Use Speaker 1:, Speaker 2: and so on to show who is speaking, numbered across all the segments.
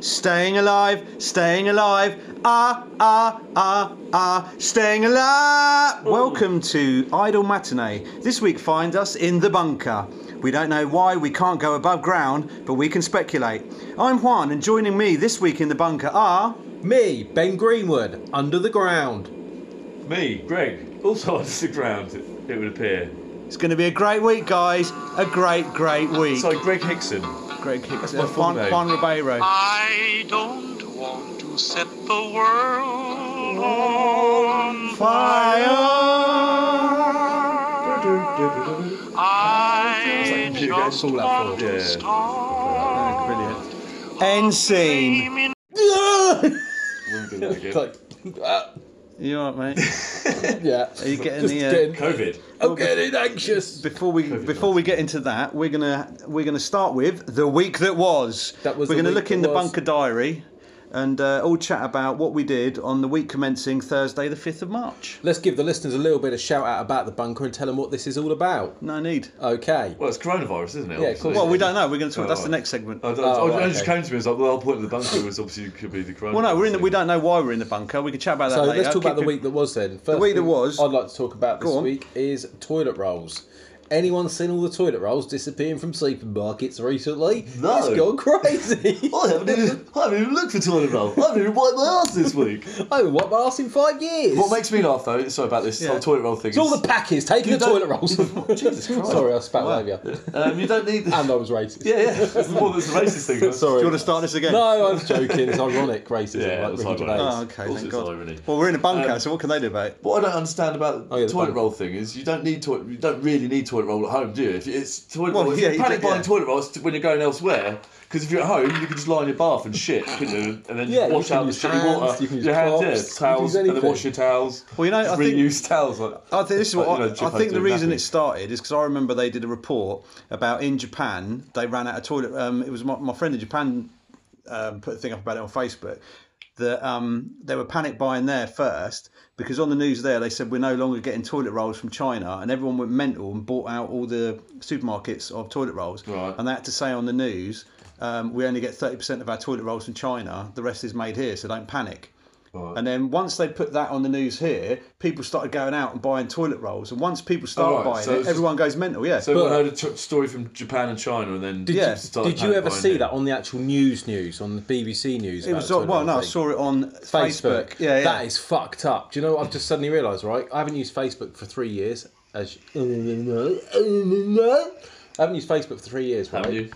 Speaker 1: Staying alive, staying alive. Ah, ah, ah, ah, staying alive. Welcome to Idle Matinee. This week finds us in the bunker. We don't know why we can't go above ground, but we can speculate. I'm Juan, and joining me this week in the bunker are.
Speaker 2: Me, Ben Greenwood, under the ground.
Speaker 3: Me, Greg, also on the ground, it would appear.
Speaker 1: It's going to be a great week, guys. A great, great week.
Speaker 3: So Greg Hickson.
Speaker 1: Greg Hicks,
Speaker 3: my
Speaker 1: uh, Juan,
Speaker 3: full name.
Speaker 1: Juan Ribeiro.
Speaker 4: I don't want to set the world on
Speaker 3: Ah.
Speaker 1: Fire.
Speaker 4: I
Speaker 2: Sounds like you guys
Speaker 4: just
Speaker 2: saw that
Speaker 4: want
Speaker 3: film.
Speaker 4: to
Speaker 3: Yeah.
Speaker 4: start
Speaker 1: Brilliant. End scene.
Speaker 4: aiming
Speaker 3: Wouldn't do that again.
Speaker 2: Like, ah,
Speaker 1: You alright, mate?
Speaker 2: yeah.
Speaker 1: Are you getting
Speaker 2: Just
Speaker 1: the, uh,
Speaker 2: getting-
Speaker 3: COVID.
Speaker 2: I'm getting anxious.
Speaker 1: Before we before we get into that, we're gonna we're gonna start with the week that was.
Speaker 2: That was
Speaker 1: We're
Speaker 2: the
Speaker 1: gonna
Speaker 2: week
Speaker 1: look in
Speaker 2: that
Speaker 1: the
Speaker 2: was.
Speaker 1: bunker diary, and uh, all chat about what we did on the week commencing Thursday, the fifth of March.
Speaker 2: Let's give the listeners a little bit of shout out about the bunker and tell them what this is all about.
Speaker 1: No need.
Speaker 2: Okay.
Speaker 3: Well, it's coronavirus, isn't it?
Speaker 2: Yeah, of course.
Speaker 1: Well, we don't know. We're gonna talk.
Speaker 3: Oh,
Speaker 1: That's the
Speaker 3: right.
Speaker 1: next segment.
Speaker 3: I, I,
Speaker 2: Oh,
Speaker 3: I,
Speaker 2: right,
Speaker 3: just
Speaker 2: okay.
Speaker 3: came to me as like, well, I'll point in the bunker was obviously could be the coronavirus.
Speaker 1: Well, no, we're in. The, we
Speaker 3: thing.
Speaker 1: don't know why we're in the bunker. We could chat about that
Speaker 2: So
Speaker 1: later.
Speaker 2: let's talk
Speaker 1: Keep
Speaker 2: about the
Speaker 1: it-
Speaker 2: week that was then. First
Speaker 1: week that
Speaker 2: thing
Speaker 1: was-
Speaker 2: I'd like to talk about
Speaker 1: Go
Speaker 2: this
Speaker 1: on.
Speaker 2: week is toilet rolls. Anyone seen all the toilet rolls disappearing from supermarkets recently?
Speaker 3: No.
Speaker 2: It's gone crazy.
Speaker 3: I haven't, even, I haven't even looked for toilet roll. I haven't even wiped my ass this week.
Speaker 2: I haven't wiped Oh, my ass in five years.
Speaker 3: what makes me laugh though, sorry about this
Speaker 1: Yeah.
Speaker 3: whole toilet roll thing.
Speaker 2: it's all the
Speaker 3: is-
Speaker 2: packers taking
Speaker 3: You
Speaker 2: the
Speaker 3: don't-
Speaker 2: toilet rolls.
Speaker 3: Jesus Christ.
Speaker 2: Sorry, I spat all over you.
Speaker 3: um, you don't need.
Speaker 2: And I was racist.
Speaker 3: yeah, yeah. That's the one that's the racist thing. That's
Speaker 2: Sorry.
Speaker 1: Do you want to start this again?
Speaker 2: No, I was joking. It's ironic racism.
Speaker 3: Yeah,
Speaker 2: like
Speaker 3: it's
Speaker 2: Ricky
Speaker 3: ironic.
Speaker 2: Gervais.
Speaker 1: Oh, okay.
Speaker 3: Of course
Speaker 1: Thank
Speaker 3: it's
Speaker 1: God.
Speaker 3: irony.
Speaker 1: Well, we're in a
Speaker 2: Um,
Speaker 1: bunker, so what can they do about it?
Speaker 3: What I don't understand about
Speaker 2: Oh, yeah, the
Speaker 3: toilet
Speaker 2: bun-
Speaker 3: roll thing is you don't need toilet. You don't really need toilet roll at home, do you? If it's toilet
Speaker 1: Well,
Speaker 3: roll, if
Speaker 1: yeah,
Speaker 3: you're
Speaker 1: you
Speaker 3: panic
Speaker 1: do, yeah.
Speaker 3: buying toilet rolls t- when you're going elsewhere. Because if you're at home, you can just lie in your bath and shit, couldn't you? And then
Speaker 2: Yeah, you
Speaker 3: wash
Speaker 2: can
Speaker 3: out the
Speaker 2: use
Speaker 3: shitty
Speaker 2: hands,
Speaker 3: water.
Speaker 2: you can use
Speaker 3: your hands,
Speaker 2: cloths, you
Speaker 3: yeah,
Speaker 2: can
Speaker 3: towels,
Speaker 2: use
Speaker 3: and then
Speaker 2: anything.
Speaker 3: wash your towels.
Speaker 1: Well, you know,
Speaker 3: Just
Speaker 1: I think-
Speaker 3: reuse towels. Like,
Speaker 1: I think this is
Speaker 3: like,
Speaker 1: what
Speaker 3: you
Speaker 1: I,
Speaker 3: know,
Speaker 1: I
Speaker 3: Japan
Speaker 1: think. The
Speaker 3: doing
Speaker 1: reason
Speaker 3: that
Speaker 1: it started is because I remember they did a report about in Japan they ran out of toilet. Um, it was my, my friend in Japan um, put a thing up about it on Facebook that um, they were panic buying there first because on the news there they said we're no longer getting toilet rolls from China and everyone went mental and bought out all the supermarkets of toilet rolls
Speaker 3: Right.
Speaker 1: and they had to say on the news um, we only get thirty percent of our toilet rolls from China the rest is made here so don't panic. And then once they put that on the news here, people started going out and buying toilet rolls. And once people start
Speaker 3: Alright,
Speaker 1: buying
Speaker 3: so
Speaker 1: it,
Speaker 3: it's-
Speaker 1: everyone goes mental. Yeah.
Speaker 3: So everyone heard a t- story from Japan and China, and then
Speaker 2: Did,
Speaker 1: Yeah.
Speaker 2: you,
Speaker 3: started
Speaker 2: did you ever
Speaker 3: panic
Speaker 2: see
Speaker 3: buying
Speaker 2: that on the actual news news on the BBC news?
Speaker 1: it
Speaker 2: about
Speaker 1: was
Speaker 2: the
Speaker 1: all,
Speaker 2: toilet
Speaker 1: well,
Speaker 2: roll
Speaker 1: no, I
Speaker 2: thing?
Speaker 1: saw it on Facebook.
Speaker 2: Facebook.
Speaker 1: Yeah, yeah.
Speaker 2: That is fucked up. Do you know what I've just suddenly realised, right? I haven't used Facebook for three years. As you- I haven't used Facebook for three years, right?
Speaker 3: Haven't you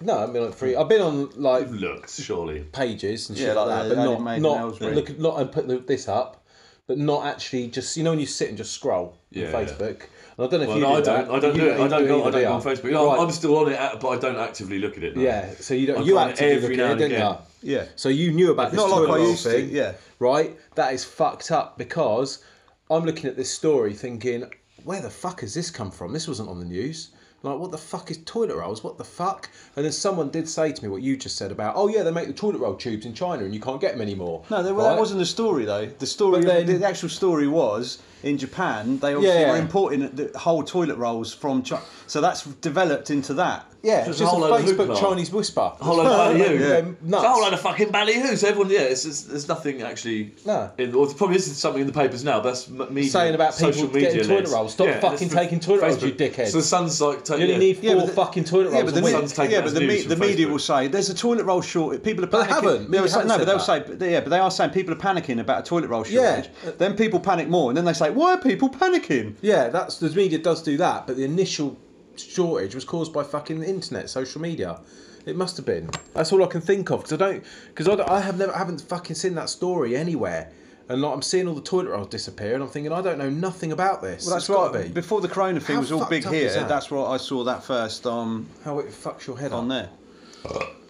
Speaker 2: No, I haven't been on it for three. I've been on like
Speaker 3: looked? Surely.
Speaker 2: pages and
Speaker 1: Yeah,
Speaker 2: shit
Speaker 1: like
Speaker 2: like,
Speaker 1: the
Speaker 2: that, but
Speaker 1: Daily
Speaker 2: not
Speaker 1: Mail and
Speaker 2: not
Speaker 1: Aylesbury.
Speaker 2: look not I'm putting this up, but not actually just you know when you sit and just scroll
Speaker 3: Yeah,
Speaker 2: on Facebook. And I don't know if
Speaker 3: Well,
Speaker 2: you
Speaker 3: no, I
Speaker 2: do that,
Speaker 3: don't. I don't
Speaker 2: you
Speaker 3: do it. I don't
Speaker 2: either,
Speaker 3: go. I don't go on
Speaker 2: do you?
Speaker 3: Facebook. No, I'm-
Speaker 2: Right.
Speaker 3: I'm still on it, but I don't actively look at it. no.
Speaker 2: Yeah, so you
Speaker 3: I
Speaker 2: don't. You
Speaker 3: go on it
Speaker 2: actively
Speaker 3: every
Speaker 2: look
Speaker 3: now
Speaker 2: at it,
Speaker 3: and
Speaker 2: didn't
Speaker 3: again.
Speaker 2: you?
Speaker 1: Yeah.
Speaker 2: So you knew about this
Speaker 1: Not like
Speaker 2: toilet
Speaker 1: I
Speaker 2: roll
Speaker 1: used to,
Speaker 2: thing,
Speaker 1: yeah.
Speaker 2: Right. That is fucked up because I'm looking at this story thinking, where the fuck has this come from? This wasn't on the news. Like, what the fuck is toilet rolls? What the fuck? And then someone did say to me what you just said about, oh yeah, they make the toilet roll tubes in China and you can't get them anymore.
Speaker 1: No, there,
Speaker 2: Right?
Speaker 1: that wasn't the story though. The story,
Speaker 2: But then-
Speaker 1: the, the actual story was in Japan they obviously
Speaker 2: Yeah.
Speaker 1: were importing the whole toilet rolls from China. So that's developed into that.
Speaker 2: Yeah,
Speaker 3: Just
Speaker 2: it's
Speaker 3: a
Speaker 2: just a,
Speaker 3: whole load of
Speaker 2: Facebook
Speaker 3: hoopla.
Speaker 2: Chinese whisper.
Speaker 3: A whole load of ballyhoo.
Speaker 2: Yeah.
Speaker 3: Yeah.
Speaker 2: Nuts.
Speaker 3: It's a whole load of fucking ballyhoo. So everyone, yeah, it's, it's, there's nothing actually.
Speaker 2: No.
Speaker 3: In, or there probably is something in the papers now. But that's m- media,
Speaker 2: Saying about people
Speaker 3: social
Speaker 2: getting
Speaker 3: media
Speaker 2: toilet
Speaker 3: led.
Speaker 2: rolls. Stop fucking
Speaker 3: that's
Speaker 2: taking toilet rolls, you dickhead.
Speaker 3: So the sun's like, ta-
Speaker 2: You only
Speaker 3: yeah.
Speaker 2: need four
Speaker 1: Yeah, but the-
Speaker 2: fucking toilet rolls.
Speaker 1: Yeah, but the,
Speaker 2: a week.
Speaker 3: Someone's taking
Speaker 1: yeah,
Speaker 3: that
Speaker 1: but
Speaker 3: as
Speaker 1: the,
Speaker 3: news
Speaker 1: me,
Speaker 3: from
Speaker 1: the media
Speaker 3: Facebook.
Speaker 1: will say there's a toilet roll shortage. People are panicking.
Speaker 2: But they haven't.
Speaker 1: They
Speaker 2: You
Speaker 1: will say,
Speaker 2: haven't
Speaker 1: no,
Speaker 2: said
Speaker 1: but they'll
Speaker 2: that.
Speaker 1: say, but- yeah, but they are saying people are panicking about a toilet roll
Speaker 2: Yeah.
Speaker 1: shortage. Then people panic more, and then they say, why are people panicking?
Speaker 2: Yeah, that's the media does do that, but the initial shortage was caused by fucking internet, social media. It must have been. That's all I can think of because I don't because I, don't- I have never I haven't fucking seen that story anywhere. And like, I'm seeing all the toilet rolls disappear, and I'm thinking I don't know nothing about this.
Speaker 1: Well, that's
Speaker 2: It's gotta
Speaker 1: right.
Speaker 2: be.
Speaker 1: Before the Corona thing
Speaker 2: How
Speaker 1: was all
Speaker 2: fucked
Speaker 1: big
Speaker 2: up is
Speaker 1: here,
Speaker 2: that?
Speaker 1: that's what I saw that first um,
Speaker 2: How it fucks your head
Speaker 1: on
Speaker 2: on.
Speaker 1: there.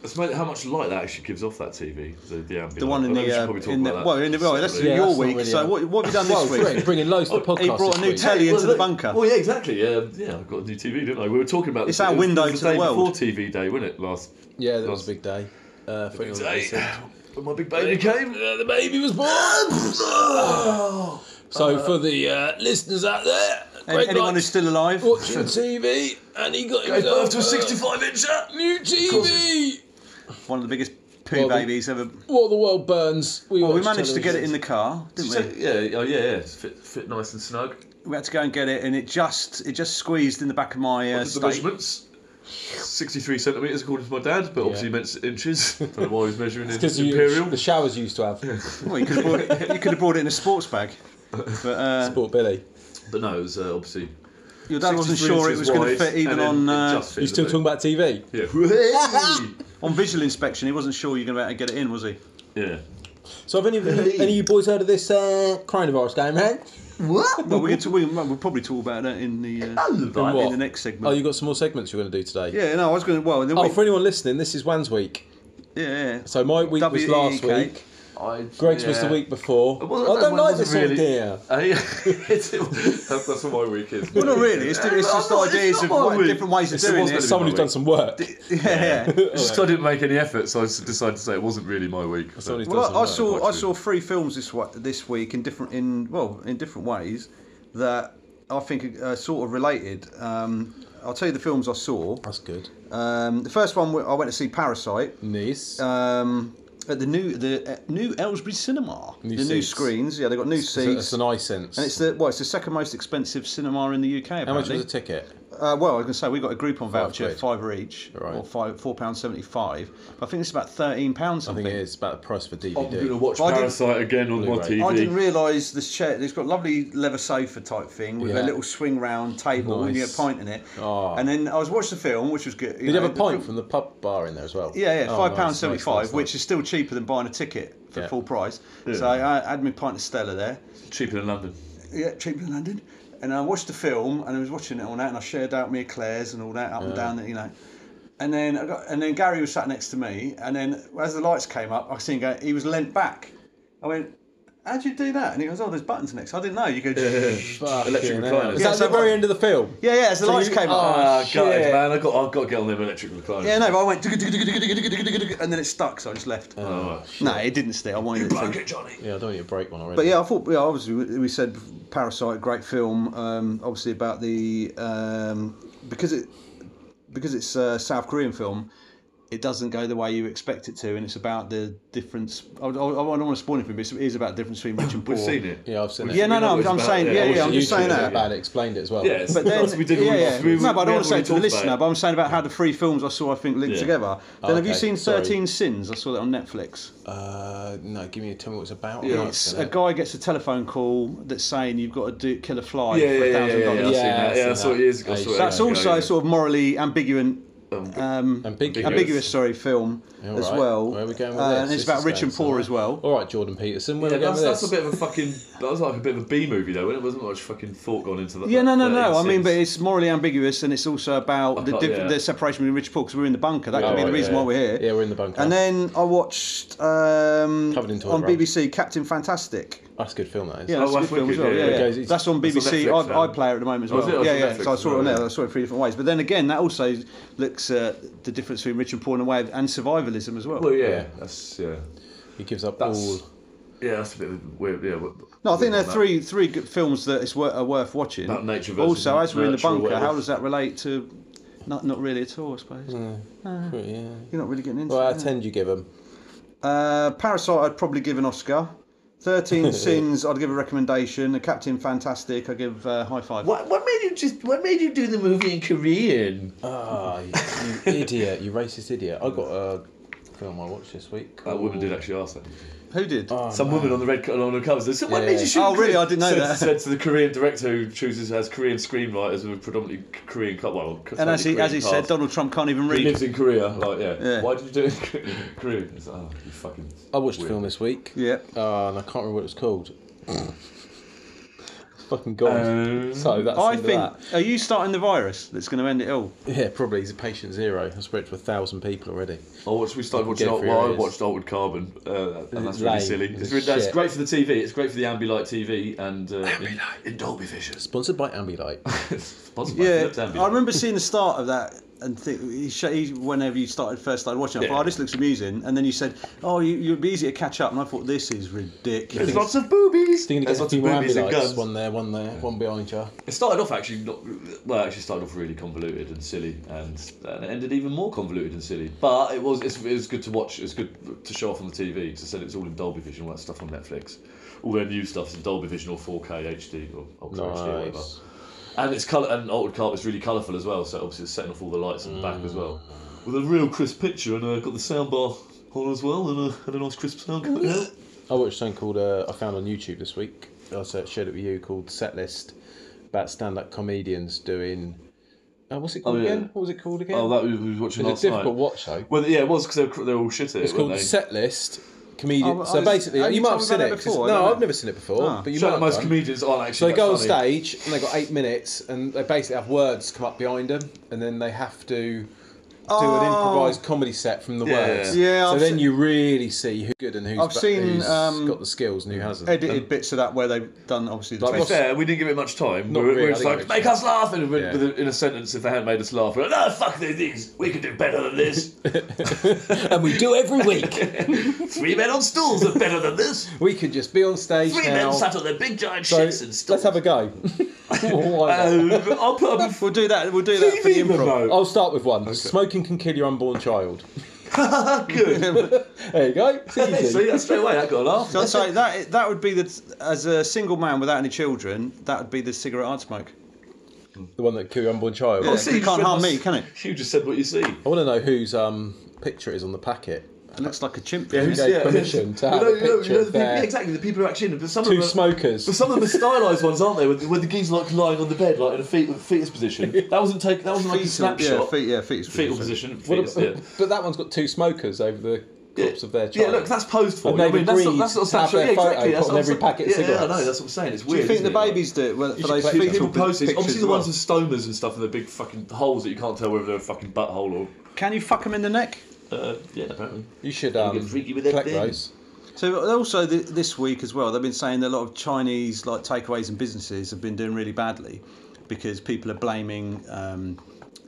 Speaker 3: It's amazing how much light that actually gives off that TV. The, the, ambient
Speaker 1: The one in
Speaker 3: light. I know we
Speaker 1: the,
Speaker 3: should
Speaker 1: uh,
Speaker 3: probably talk
Speaker 1: in the
Speaker 3: about that
Speaker 1: well, in the, well, that's
Speaker 2: separately. Yeah,
Speaker 1: your
Speaker 2: that's not
Speaker 1: week.
Speaker 2: really
Speaker 1: so
Speaker 2: a-
Speaker 1: what, what have you done
Speaker 2: Well,
Speaker 1: this week?
Speaker 2: Greg, bringing loads to the podcast.
Speaker 1: he brought a
Speaker 2: this
Speaker 1: new
Speaker 2: week.
Speaker 1: telly
Speaker 3: Yeah,
Speaker 1: into
Speaker 3: well,
Speaker 1: the bunker.
Speaker 3: Well, yeah, exactly. Yeah, yeah, I've got a new TV, didn't I? We were talking about
Speaker 1: It's
Speaker 3: this.
Speaker 1: our
Speaker 3: It was-
Speaker 1: window
Speaker 3: it was
Speaker 1: to
Speaker 3: the
Speaker 1: the
Speaker 3: day
Speaker 1: world.
Speaker 3: Before TV day, wasn't it? Last
Speaker 2: Yeah, that was a big day. Uh, for
Speaker 3: big
Speaker 2: anyone that
Speaker 3: day.
Speaker 2: listened.
Speaker 3: When my big baby came.
Speaker 2: the baby was born. so for the uh, listeners out there,
Speaker 1: Any-
Speaker 2: Greg
Speaker 1: Anyone
Speaker 2: likes
Speaker 1: who's still alive?
Speaker 2: watching TV, and he got
Speaker 3: Gave
Speaker 2: himself
Speaker 3: birth to a 65 incher.
Speaker 2: new TV.
Speaker 1: One of the biggest poo
Speaker 2: Well, the-
Speaker 1: babies have a.
Speaker 2: Well, the world burns. We,
Speaker 1: Well, we
Speaker 2: watch
Speaker 1: managed to get it in the
Speaker 2: television.
Speaker 1: car, didn't
Speaker 3: So,
Speaker 1: we?
Speaker 3: yeah, oh, yeah, yeah. Fit, fit nice and snug.
Speaker 1: We had to go and get it, and it just it just squeezed in the back of my uh,
Speaker 3: the
Speaker 1: steak.
Speaker 3: measurements. 63 centimetres according to my dad, but obviously he meant inches. I don't know why he was measuring in
Speaker 2: because you-
Speaker 3: imperial.
Speaker 2: the showers you used to have.
Speaker 1: Well, you could have brought it. You could have brought it in a sports bag. But uh,
Speaker 2: Sport Billy.
Speaker 3: But no, it was uh, obviously.
Speaker 1: your dad wasn't sure it was going to fit even on uh,
Speaker 2: You still talking about TV?
Speaker 3: Yeah.
Speaker 1: on visual inspection. He wasn't sure you were going to be able to get it in, was he?
Speaker 3: yeah.
Speaker 2: So have any of you, any of you boys heard of this uh, coronavirus game, man?
Speaker 1: Well, we can t- we, we'll probably talk about that in the uh,
Speaker 2: In what?
Speaker 1: in the next segment.
Speaker 2: Oh, you got some more segments you're going to do today.
Speaker 1: yeah, no, I was going to. Well, in the
Speaker 2: Oh,
Speaker 1: week-
Speaker 2: for anyone listening, this is Wan's week.
Speaker 1: yeah, yeah.
Speaker 2: So my week was
Speaker 1: WEEK.
Speaker 2: last week.
Speaker 3: I,
Speaker 2: Greg's was
Speaker 3: E yeah.
Speaker 2: the week before.
Speaker 3: Well,
Speaker 2: I don't
Speaker 3: that
Speaker 2: like
Speaker 3: wasn't
Speaker 2: this
Speaker 3: really-
Speaker 2: idea.
Speaker 3: Uh, yeah, it's, that's, that's what my week is.
Speaker 1: Well, not really. It's, it's
Speaker 3: No,
Speaker 1: just
Speaker 3: no, it's
Speaker 1: ideas
Speaker 3: not
Speaker 1: of
Speaker 3: my
Speaker 1: what,
Speaker 3: week.
Speaker 1: different ways of
Speaker 3: It's- it
Speaker 1: doing
Speaker 3: was
Speaker 1: it.
Speaker 3: gonna
Speaker 2: Someone
Speaker 3: my
Speaker 2: who's done
Speaker 3: week.
Speaker 2: some work.
Speaker 1: Yeah.
Speaker 3: Just I didn't make any effort, so I s- decided to say it wasn't really my week. but-
Speaker 2: Someone who's done
Speaker 1: Well,
Speaker 2: some
Speaker 1: I, I
Speaker 2: work.
Speaker 1: saw I
Speaker 3: quite
Speaker 1: saw three films this wa- this week in different in well in different ways that I think are sort of related. Um, I'll tell you the films I saw.
Speaker 2: That's good.
Speaker 1: Um, the first one I went to see Parasite
Speaker 2: Nice.
Speaker 3: Uh,
Speaker 1: um, at the new the uh, new Ellsbury Cinema.
Speaker 2: New
Speaker 1: the new
Speaker 2: seats.
Speaker 1: screens. Yeah, they got new
Speaker 2: It's a- it's
Speaker 1: seats.
Speaker 2: an eye sense.
Speaker 1: and it's the well, it's the second most expensive cinema in the UK. Apparently.
Speaker 2: How much was a ticket?
Speaker 1: Uh, well, I was going to say we got a Groupon voucher,
Speaker 2: quid.
Speaker 1: fiver each,
Speaker 2: Right.
Speaker 1: or five, four pounds seventy-five. But I think it's about thirteen pounds
Speaker 2: I
Speaker 1: something.
Speaker 2: think it is about the price for DVD.
Speaker 3: I'm going to watch
Speaker 1: Well, I didn't-
Speaker 3: Parasite again on my
Speaker 2: Blu-ray.
Speaker 3: TV.
Speaker 1: I didn't realise this chair. It's got a lovely leather sofa type thing with a
Speaker 2: Yeah.
Speaker 1: little swing round table and you had a
Speaker 2: Nice.
Speaker 1: pint in it.
Speaker 2: Oh.
Speaker 1: And then I was watching the film, which was good.
Speaker 2: Did you have a pint from the pub bar in there as well?
Speaker 1: Yeah, yeah,
Speaker 2: Oh,
Speaker 1: five
Speaker 2: nice,
Speaker 1: pounds
Speaker 2: nice,
Speaker 1: seventy-five,
Speaker 2: nice,
Speaker 1: which is still cheaper than buying a ticket for
Speaker 2: Yeah.
Speaker 1: full price. So I had my pint of Stella there.
Speaker 3: Cheaper than London.
Speaker 1: Yeah, cheaper than London. And I watched the film, and I was watching it all that, and I shared out my eclairs and all that up and down, you know. And then I got, and then Gary was sat next to me, and then as the lights came up, I seen him go. He was leant back. I went, "How'd you do that?" And he goes, "Oh, there's buttons next." I didn't know. You go, "Yeah,
Speaker 2: nice. Fucking
Speaker 3: Electric
Speaker 2: hell.
Speaker 3: recliners.
Speaker 2: Is
Speaker 1: Yeah,
Speaker 2: that
Speaker 1: so
Speaker 2: the very
Speaker 1: I-
Speaker 2: end of the film?
Speaker 1: yeah." As the
Speaker 2: So
Speaker 1: lights
Speaker 2: you-
Speaker 1: came up,
Speaker 2: oh,
Speaker 3: Ah, gutted,
Speaker 2: shit.
Speaker 3: man. I've got, I've got to get on them electric recliners.
Speaker 1: yeah, no, but I went, "Dugga, dugga, dugga, dugga, dugga, dugga, dugga," and then it stuck, so I just left.
Speaker 3: Oh,
Speaker 1: no, it didn't stick. I wanted it to.
Speaker 3: Get Johnny.
Speaker 2: Yeah, I don't need to break one already.
Speaker 1: But yeah, I thought yeah, obviously we we said Parasite, great film. Um, obviously about the um, because it because it's a South Korean film, it doesn't go the way you expect it to, and it's about the difference. I, I, I don't want to spoil anything, but it is about the difference between rich and poor.
Speaker 3: We've seen it.
Speaker 2: yeah, I've seen it.
Speaker 1: Yeah, no,
Speaker 3: We
Speaker 1: no,
Speaker 3: know what
Speaker 1: I'm,
Speaker 3: it's
Speaker 1: I'm
Speaker 3: about,
Speaker 1: saying
Speaker 3: yeah.
Speaker 1: yeah, yeah,
Speaker 3: Obviously
Speaker 1: I'm just
Speaker 2: YouTube
Speaker 1: saying
Speaker 2: videos
Speaker 1: that.
Speaker 2: about it explained it as well.
Speaker 3: Yes.
Speaker 1: But then,
Speaker 3: That's what we did when
Speaker 1: yeah,
Speaker 3: we-
Speaker 1: yeah.
Speaker 3: we-
Speaker 1: no, but I
Speaker 3: we
Speaker 1: don't want to say
Speaker 3: haven't
Speaker 1: it to the
Speaker 3: really talked
Speaker 1: listener.
Speaker 3: about
Speaker 1: But I'm saying about how the three films I saw, I think, linked
Speaker 3: Yeah.
Speaker 1: together. Then have you
Speaker 2: Oh, Okay,
Speaker 1: seen
Speaker 2: sorry.
Speaker 1: Thirteen Sins? I saw that on Netflix.
Speaker 2: Uh, no, give me. Tell me what it's about.
Speaker 3: Yeah.
Speaker 2: I'm not
Speaker 1: It's
Speaker 2: gonna-
Speaker 1: a guy gets a telephone call that's saying you've got to do kill a fly
Speaker 3: Yeah,
Speaker 1: for
Speaker 3: yeah,
Speaker 1: a
Speaker 3: yeah, yeah,
Speaker 1: thousand
Speaker 3: yeah,
Speaker 1: dollars.
Speaker 3: I've seen
Speaker 2: Yeah,
Speaker 3: that.
Speaker 2: I've
Speaker 3: Yeah, I
Speaker 2: seen
Speaker 3: saw it
Speaker 2: that.
Speaker 3: years ago. I
Speaker 2: Yeah,
Speaker 3: saw it
Speaker 2: yeah,
Speaker 1: That's
Speaker 3: years ago,
Speaker 1: also
Speaker 3: yeah.
Speaker 1: a sort of morally ambiguous, um,
Speaker 2: Ambiguous.
Speaker 1: ambiguous sorry, film
Speaker 2: All
Speaker 1: as
Speaker 2: right.
Speaker 1: well.
Speaker 2: Where are we going with
Speaker 1: Uh,
Speaker 2: this?
Speaker 1: And it's
Speaker 2: This
Speaker 1: about
Speaker 2: is
Speaker 1: rich and
Speaker 2: going
Speaker 1: poor
Speaker 2: somewhere. Oh,
Speaker 1: as well.
Speaker 2: All right, Jordan Peterson. Where
Speaker 3: Yeah,
Speaker 2: are we going
Speaker 3: that's,
Speaker 2: with
Speaker 3: that's a
Speaker 2: this?
Speaker 3: bit of a fucking. That was like a bit of a B movie though. There wasn't much fucking thought gone into that.
Speaker 1: Yeah, no, no,
Speaker 3: that
Speaker 1: no. I
Speaker 3: 13
Speaker 1: mean, but
Speaker 3: scenes.
Speaker 1: it's morally ambiguous, and it's also about the,
Speaker 3: can't-
Speaker 1: diff-
Speaker 3: yeah.
Speaker 1: the separation between rich and poor because we're in the bunker. That could be
Speaker 2: right,
Speaker 1: the reason
Speaker 2: Oh, yeah.
Speaker 1: why we're here.
Speaker 2: Yeah, we're in the bunker.
Speaker 1: And then I watched um,
Speaker 2: Covered in toilet
Speaker 1: on
Speaker 2: roll.
Speaker 1: BBC Captain Fantastic.
Speaker 2: That's a good film. That is.
Speaker 1: Yeah, that's a
Speaker 3: Oh, that's
Speaker 1: good film as
Speaker 3: wicked,
Speaker 1: well.
Speaker 3: yeah,
Speaker 1: Yeah,
Speaker 3: yeah.
Speaker 1: yeah.
Speaker 2: Goes- it's-
Speaker 1: That's on
Speaker 3: that's on
Speaker 1: BBC
Speaker 3: Netflix
Speaker 1: I,
Speaker 3: now.
Speaker 1: iPlayer at the moment as
Speaker 3: Oh, is
Speaker 1: well.
Speaker 3: it?
Speaker 1: yeah,
Speaker 3: That's on
Speaker 1: yeah.
Speaker 3: Netflix
Speaker 1: So I
Speaker 3: as
Speaker 1: saw it
Speaker 3: well,
Speaker 1: on there.
Speaker 3: yeah.
Speaker 1: I saw it three different ways. But then again, that also looks at the difference between rich and poor in a way and survivalism as well.
Speaker 3: Well, yeah, that's yeah,
Speaker 2: He gives up
Speaker 3: That's-
Speaker 2: all.
Speaker 3: yeah, that's a bit of a weird. Yeah, but-
Speaker 1: No, I think there
Speaker 3: weird
Speaker 1: are
Speaker 3: on that.
Speaker 1: three three good films that it's wor- are worth watching.
Speaker 3: About nature versus
Speaker 1: also, as we're in the
Speaker 3: nurture or
Speaker 1: bunker, how
Speaker 3: whatever.
Speaker 1: does that relate to? Not not really at all, I suppose.
Speaker 2: Yeah.
Speaker 1: You're not really getting into
Speaker 2: Well, out
Speaker 1: it.
Speaker 2: of
Speaker 1: yeah.
Speaker 2: ten do you give him?
Speaker 1: Uh, Parasite, I'd probably give an Oscar. Thirteen Sins, I'd give a recommendation. A Captain Fantastic, I give uh, high five.
Speaker 3: What, what made you just? What made you do the movie in Korean?
Speaker 2: Ah, you, you idiot! You racist idiot! I got a film I watched this week.
Speaker 3: That
Speaker 2: called-
Speaker 3: woman did actually ask that.
Speaker 1: Who did? Oh,
Speaker 3: Some woman on the red co- on the covers. Said, what
Speaker 2: Yeah.
Speaker 3: made you shoot?
Speaker 1: Oh,
Speaker 3: in
Speaker 1: really?
Speaker 3: Korean?"
Speaker 1: I didn't know
Speaker 3: said,
Speaker 1: that.
Speaker 3: Said to the Korean director who chooses as Korean screenwriters with predominantly Korean cut. Well,
Speaker 1: and as he
Speaker 3: Korean
Speaker 1: as he said,
Speaker 3: cast.
Speaker 1: Donald Trump can't even
Speaker 3: He
Speaker 1: read.
Speaker 3: lives in Korea, like yeah.
Speaker 1: Yeah.
Speaker 3: Why did you do it in Korean? It's like, oh, you fucking.
Speaker 2: I watched a film this week.
Speaker 1: Yeah.
Speaker 2: Uh, and I can't remember what it was called. fucking god.
Speaker 3: Um,
Speaker 2: so that's
Speaker 1: I
Speaker 2: the end of
Speaker 1: think.
Speaker 2: that.
Speaker 1: Are you starting the virus that's going to end it all?
Speaker 2: Yeah, probably. He's a patient zero. I spread to a thousand people already.
Speaker 3: I watched. We started watching.
Speaker 2: Get
Speaker 3: Alt,
Speaker 2: for
Speaker 3: well,
Speaker 2: your
Speaker 3: I
Speaker 2: ears.
Speaker 3: watched Altwood Carbon, uh,
Speaker 1: Oh,
Speaker 3: and that's
Speaker 2: It's
Speaker 3: really
Speaker 2: lame.
Speaker 3: silly.
Speaker 2: It's
Speaker 3: It's, really, that's
Speaker 2: shit.
Speaker 3: great for the TV. It's great for the Ambilight TV and uh, Ambilight in, in Dolby Vision.
Speaker 2: Sponsored by Ambilight.
Speaker 3: Sponsored by
Speaker 1: Yeah,
Speaker 3: Philips Ambilight.
Speaker 1: I remember seeing the start of that and think he, sh- he, whenever you started first started watching, it, I thought, oh, this looks amusing. And then you said, oh, you, you'd be easy to catch up, and I thought this is ridiculous.
Speaker 3: There's lots of boobies.
Speaker 2: Thinking of
Speaker 3: There's
Speaker 2: getting a
Speaker 3: lots
Speaker 2: few
Speaker 3: of
Speaker 2: more
Speaker 3: boobies and guns.
Speaker 2: ambulites, one there, one there, one behind you.
Speaker 3: It started off actually not well. it Actually, started off really convoluted and silly, and, and it ended even more convoluted and silly. But it was it's, it was good to watch. It was good to show off on the TV because I said it was all in Dolby Vision, all that stuff on Netflix. All their new stuff's in Dolby Vision or 4K HD or Ultra HD or whatever.
Speaker 2: Nice.
Speaker 3: And it's colour and Altered Carpet's really colourful as well. So obviously it's setting off all the lights on the back as well, with a real crisp picture and uh, got the soundbar on as well and, uh, and a nice crisp sound. coming out.
Speaker 2: I watched something called uh, I found on YouTube this week. I s- shared it with you called Setlist about stand-up comedians doing. Uh, what's it
Speaker 3: Oh,
Speaker 2: called
Speaker 3: yeah.
Speaker 2: again? What was it called again?
Speaker 3: Oh, that we we were watching
Speaker 2: it's
Speaker 3: last
Speaker 2: a difficult
Speaker 3: night.
Speaker 2: watch though.
Speaker 3: Well, yeah, it was because they, were cr- they were all shit at it.
Speaker 2: It's
Speaker 3: weren't
Speaker 2: called
Speaker 3: they?
Speaker 2: Setlist Comedian.
Speaker 1: Oh,
Speaker 2: so
Speaker 1: I-
Speaker 2: basically,
Speaker 1: have
Speaker 2: you
Speaker 1: you told
Speaker 2: might have
Speaker 1: me
Speaker 2: seen
Speaker 1: about
Speaker 2: it.
Speaker 1: that
Speaker 2: 'cause-
Speaker 1: before? I
Speaker 2: No,
Speaker 1: don't know.
Speaker 2: I've never seen it before.
Speaker 1: Ah.
Speaker 2: But you
Speaker 3: Shout
Speaker 2: might
Speaker 3: out
Speaker 2: have
Speaker 3: most
Speaker 2: done.
Speaker 3: comedians aren't actually.
Speaker 2: So they
Speaker 3: that
Speaker 2: go on
Speaker 3: funny.
Speaker 2: stage and they got eight minutes, and they basically have words come up behind them, and then they have to do an
Speaker 1: Oh.
Speaker 2: improvised comedy set from the
Speaker 3: Yeah.
Speaker 2: words.
Speaker 1: Yeah,
Speaker 2: So
Speaker 1: I've
Speaker 2: then
Speaker 1: se-
Speaker 2: you really see who's good and who's,
Speaker 1: I've
Speaker 2: ba-
Speaker 1: seen,
Speaker 2: who's
Speaker 1: um,
Speaker 2: got the skills and who hasn't.
Speaker 1: Edited bits of that where they've done obviously the
Speaker 2: Like
Speaker 3: To be
Speaker 1: twist.
Speaker 2: Ross-
Speaker 3: fair, we didn't give it much time.
Speaker 2: Not
Speaker 3: we were, we were
Speaker 2: really,
Speaker 3: just
Speaker 2: I
Speaker 3: like,
Speaker 2: think
Speaker 3: make
Speaker 2: so.
Speaker 3: us laugh! And with-
Speaker 2: Yeah.
Speaker 3: with a- in a sentence, if they had made us laugh, we're like, no, fuck these things. We can do better than this.
Speaker 2: and we do every week.
Speaker 3: Three men on stools are better than this.
Speaker 2: we could just be on stage
Speaker 3: Three
Speaker 2: now.
Speaker 3: men sat on their big giant
Speaker 2: So
Speaker 3: shits and
Speaker 2: let's
Speaker 3: stools.
Speaker 2: have a go. Why not?
Speaker 3: Uh, I'll put up a
Speaker 1: We'll do that. We'll do that for the
Speaker 3: TV
Speaker 1: improv.
Speaker 3: remote.
Speaker 2: I'll start with one. Smoking can kill your unborn child.
Speaker 3: Good.
Speaker 2: There you go. It's
Speaker 3: See,
Speaker 2: easy.
Speaker 3: that's straight away. That got a laugh.
Speaker 1: So I'd say that that would be the as a single man without any children, that would be the cigarette I'd smoke.
Speaker 2: the one that kill your unborn child.
Speaker 1: Yeah,
Speaker 3: see,
Speaker 1: you
Speaker 3: you
Speaker 1: can't
Speaker 3: said
Speaker 1: harm
Speaker 3: that's-
Speaker 1: me, can it?
Speaker 3: You just said what you see.
Speaker 2: I want to know whose um, picture it is on the packet.
Speaker 1: It looks like a chimp.
Speaker 2: Who gave permission to have
Speaker 3: You know-
Speaker 2: a
Speaker 3: you know- you
Speaker 2: picture
Speaker 3: know
Speaker 2: of
Speaker 3: the people-
Speaker 2: their
Speaker 3: yeah, exactly. The people who are actually in it. But some
Speaker 2: two
Speaker 3: of them, But
Speaker 2: smokers?
Speaker 3: some of them are stylised ones, aren't they? Where, the- where the gee's like lying on the bed, like in a feet, fetus position. That wasn't take. That wasn't like a
Speaker 1: Fetal,
Speaker 3: snapshot.
Speaker 1: yeah, feet, yeah, feet.
Speaker 3: fetal position.
Speaker 2: What
Speaker 3: Fetus,
Speaker 2: ab-
Speaker 3: yeah.
Speaker 2: But that one's got two smokers over the corpse of their child.
Speaker 3: Yeah, look, that's posed for.
Speaker 2: And
Speaker 3: you know
Speaker 2: they've
Speaker 3: what I mean,
Speaker 2: agreed
Speaker 3: that's not,
Speaker 2: to
Speaker 3: that's not
Speaker 2: have
Speaker 3: snapshot. Yeah,
Speaker 2: their photo
Speaker 3: exactly.
Speaker 2: put
Speaker 3: That's
Speaker 2: on
Speaker 3: what I'm
Speaker 2: every
Speaker 3: saying.
Speaker 2: packet of
Speaker 3: yeah, yeah, I
Speaker 2: cigarettes.
Speaker 3: know. That's what I'm saying. It's
Speaker 1: Do
Speaker 3: weird.
Speaker 1: you think
Speaker 3: isn't
Speaker 1: the
Speaker 3: it? Like,
Speaker 1: babies do it well, for
Speaker 2: should
Speaker 1: those
Speaker 2: play
Speaker 1: fetal
Speaker 2: that.
Speaker 3: People post these.
Speaker 1: pictures
Speaker 3: Obviously,
Speaker 1: as
Speaker 3: the
Speaker 1: well?
Speaker 3: ones with stoners and stuff, and the big fucking holes that you can't tell whether they're a fucking butthole or.
Speaker 1: Can you fuck them in the neck?
Speaker 3: Uh, yeah, apparently.
Speaker 2: You should
Speaker 3: You
Speaker 2: um,
Speaker 3: get freaky with that
Speaker 2: collect
Speaker 3: thing.
Speaker 2: those.
Speaker 1: So also th- this week as well, they've been saying that a lot of Chinese like takeaways and businesses have been doing really badly because people are blaming um,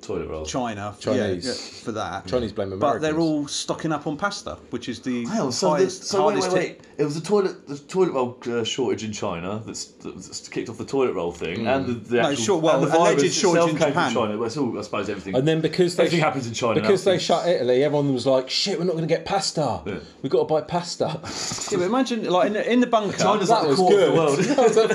Speaker 3: Toilet roll.
Speaker 1: China yeah,
Speaker 2: Chinese.
Speaker 1: yeah, for that.
Speaker 2: Chinese blame
Speaker 1: but they're
Speaker 2: Americans.
Speaker 1: all stocking up on pasta, which is the
Speaker 3: Hang on, so, the,
Speaker 1: highest,
Speaker 3: so wait,
Speaker 1: hardest
Speaker 3: wait, wait. It was the toilet, the toilet roll uh, shortage in China that's, that's kicked off the toilet roll thing, and the, the
Speaker 1: No,
Speaker 3: actual
Speaker 1: sure, well,
Speaker 3: and the
Speaker 1: alleged
Speaker 3: virus itself
Speaker 1: shortage in
Speaker 3: came from
Speaker 1: Japan.
Speaker 3: China. Well, it's all, I suppose everything.
Speaker 2: And then because they
Speaker 3: everything happens in China now,
Speaker 2: because they
Speaker 3: things-
Speaker 2: shut Italy, everyone was like, "Shit, we're not going to get pasta.
Speaker 3: Yeah.
Speaker 2: We've got to buy pasta."
Speaker 1: Yeah, but imagine like in the, in the bunker.
Speaker 3: China's like
Speaker 2: that
Speaker 3: the
Speaker 2: was
Speaker 3: core of
Speaker 2: good.
Speaker 3: the world.
Speaker 2: that was a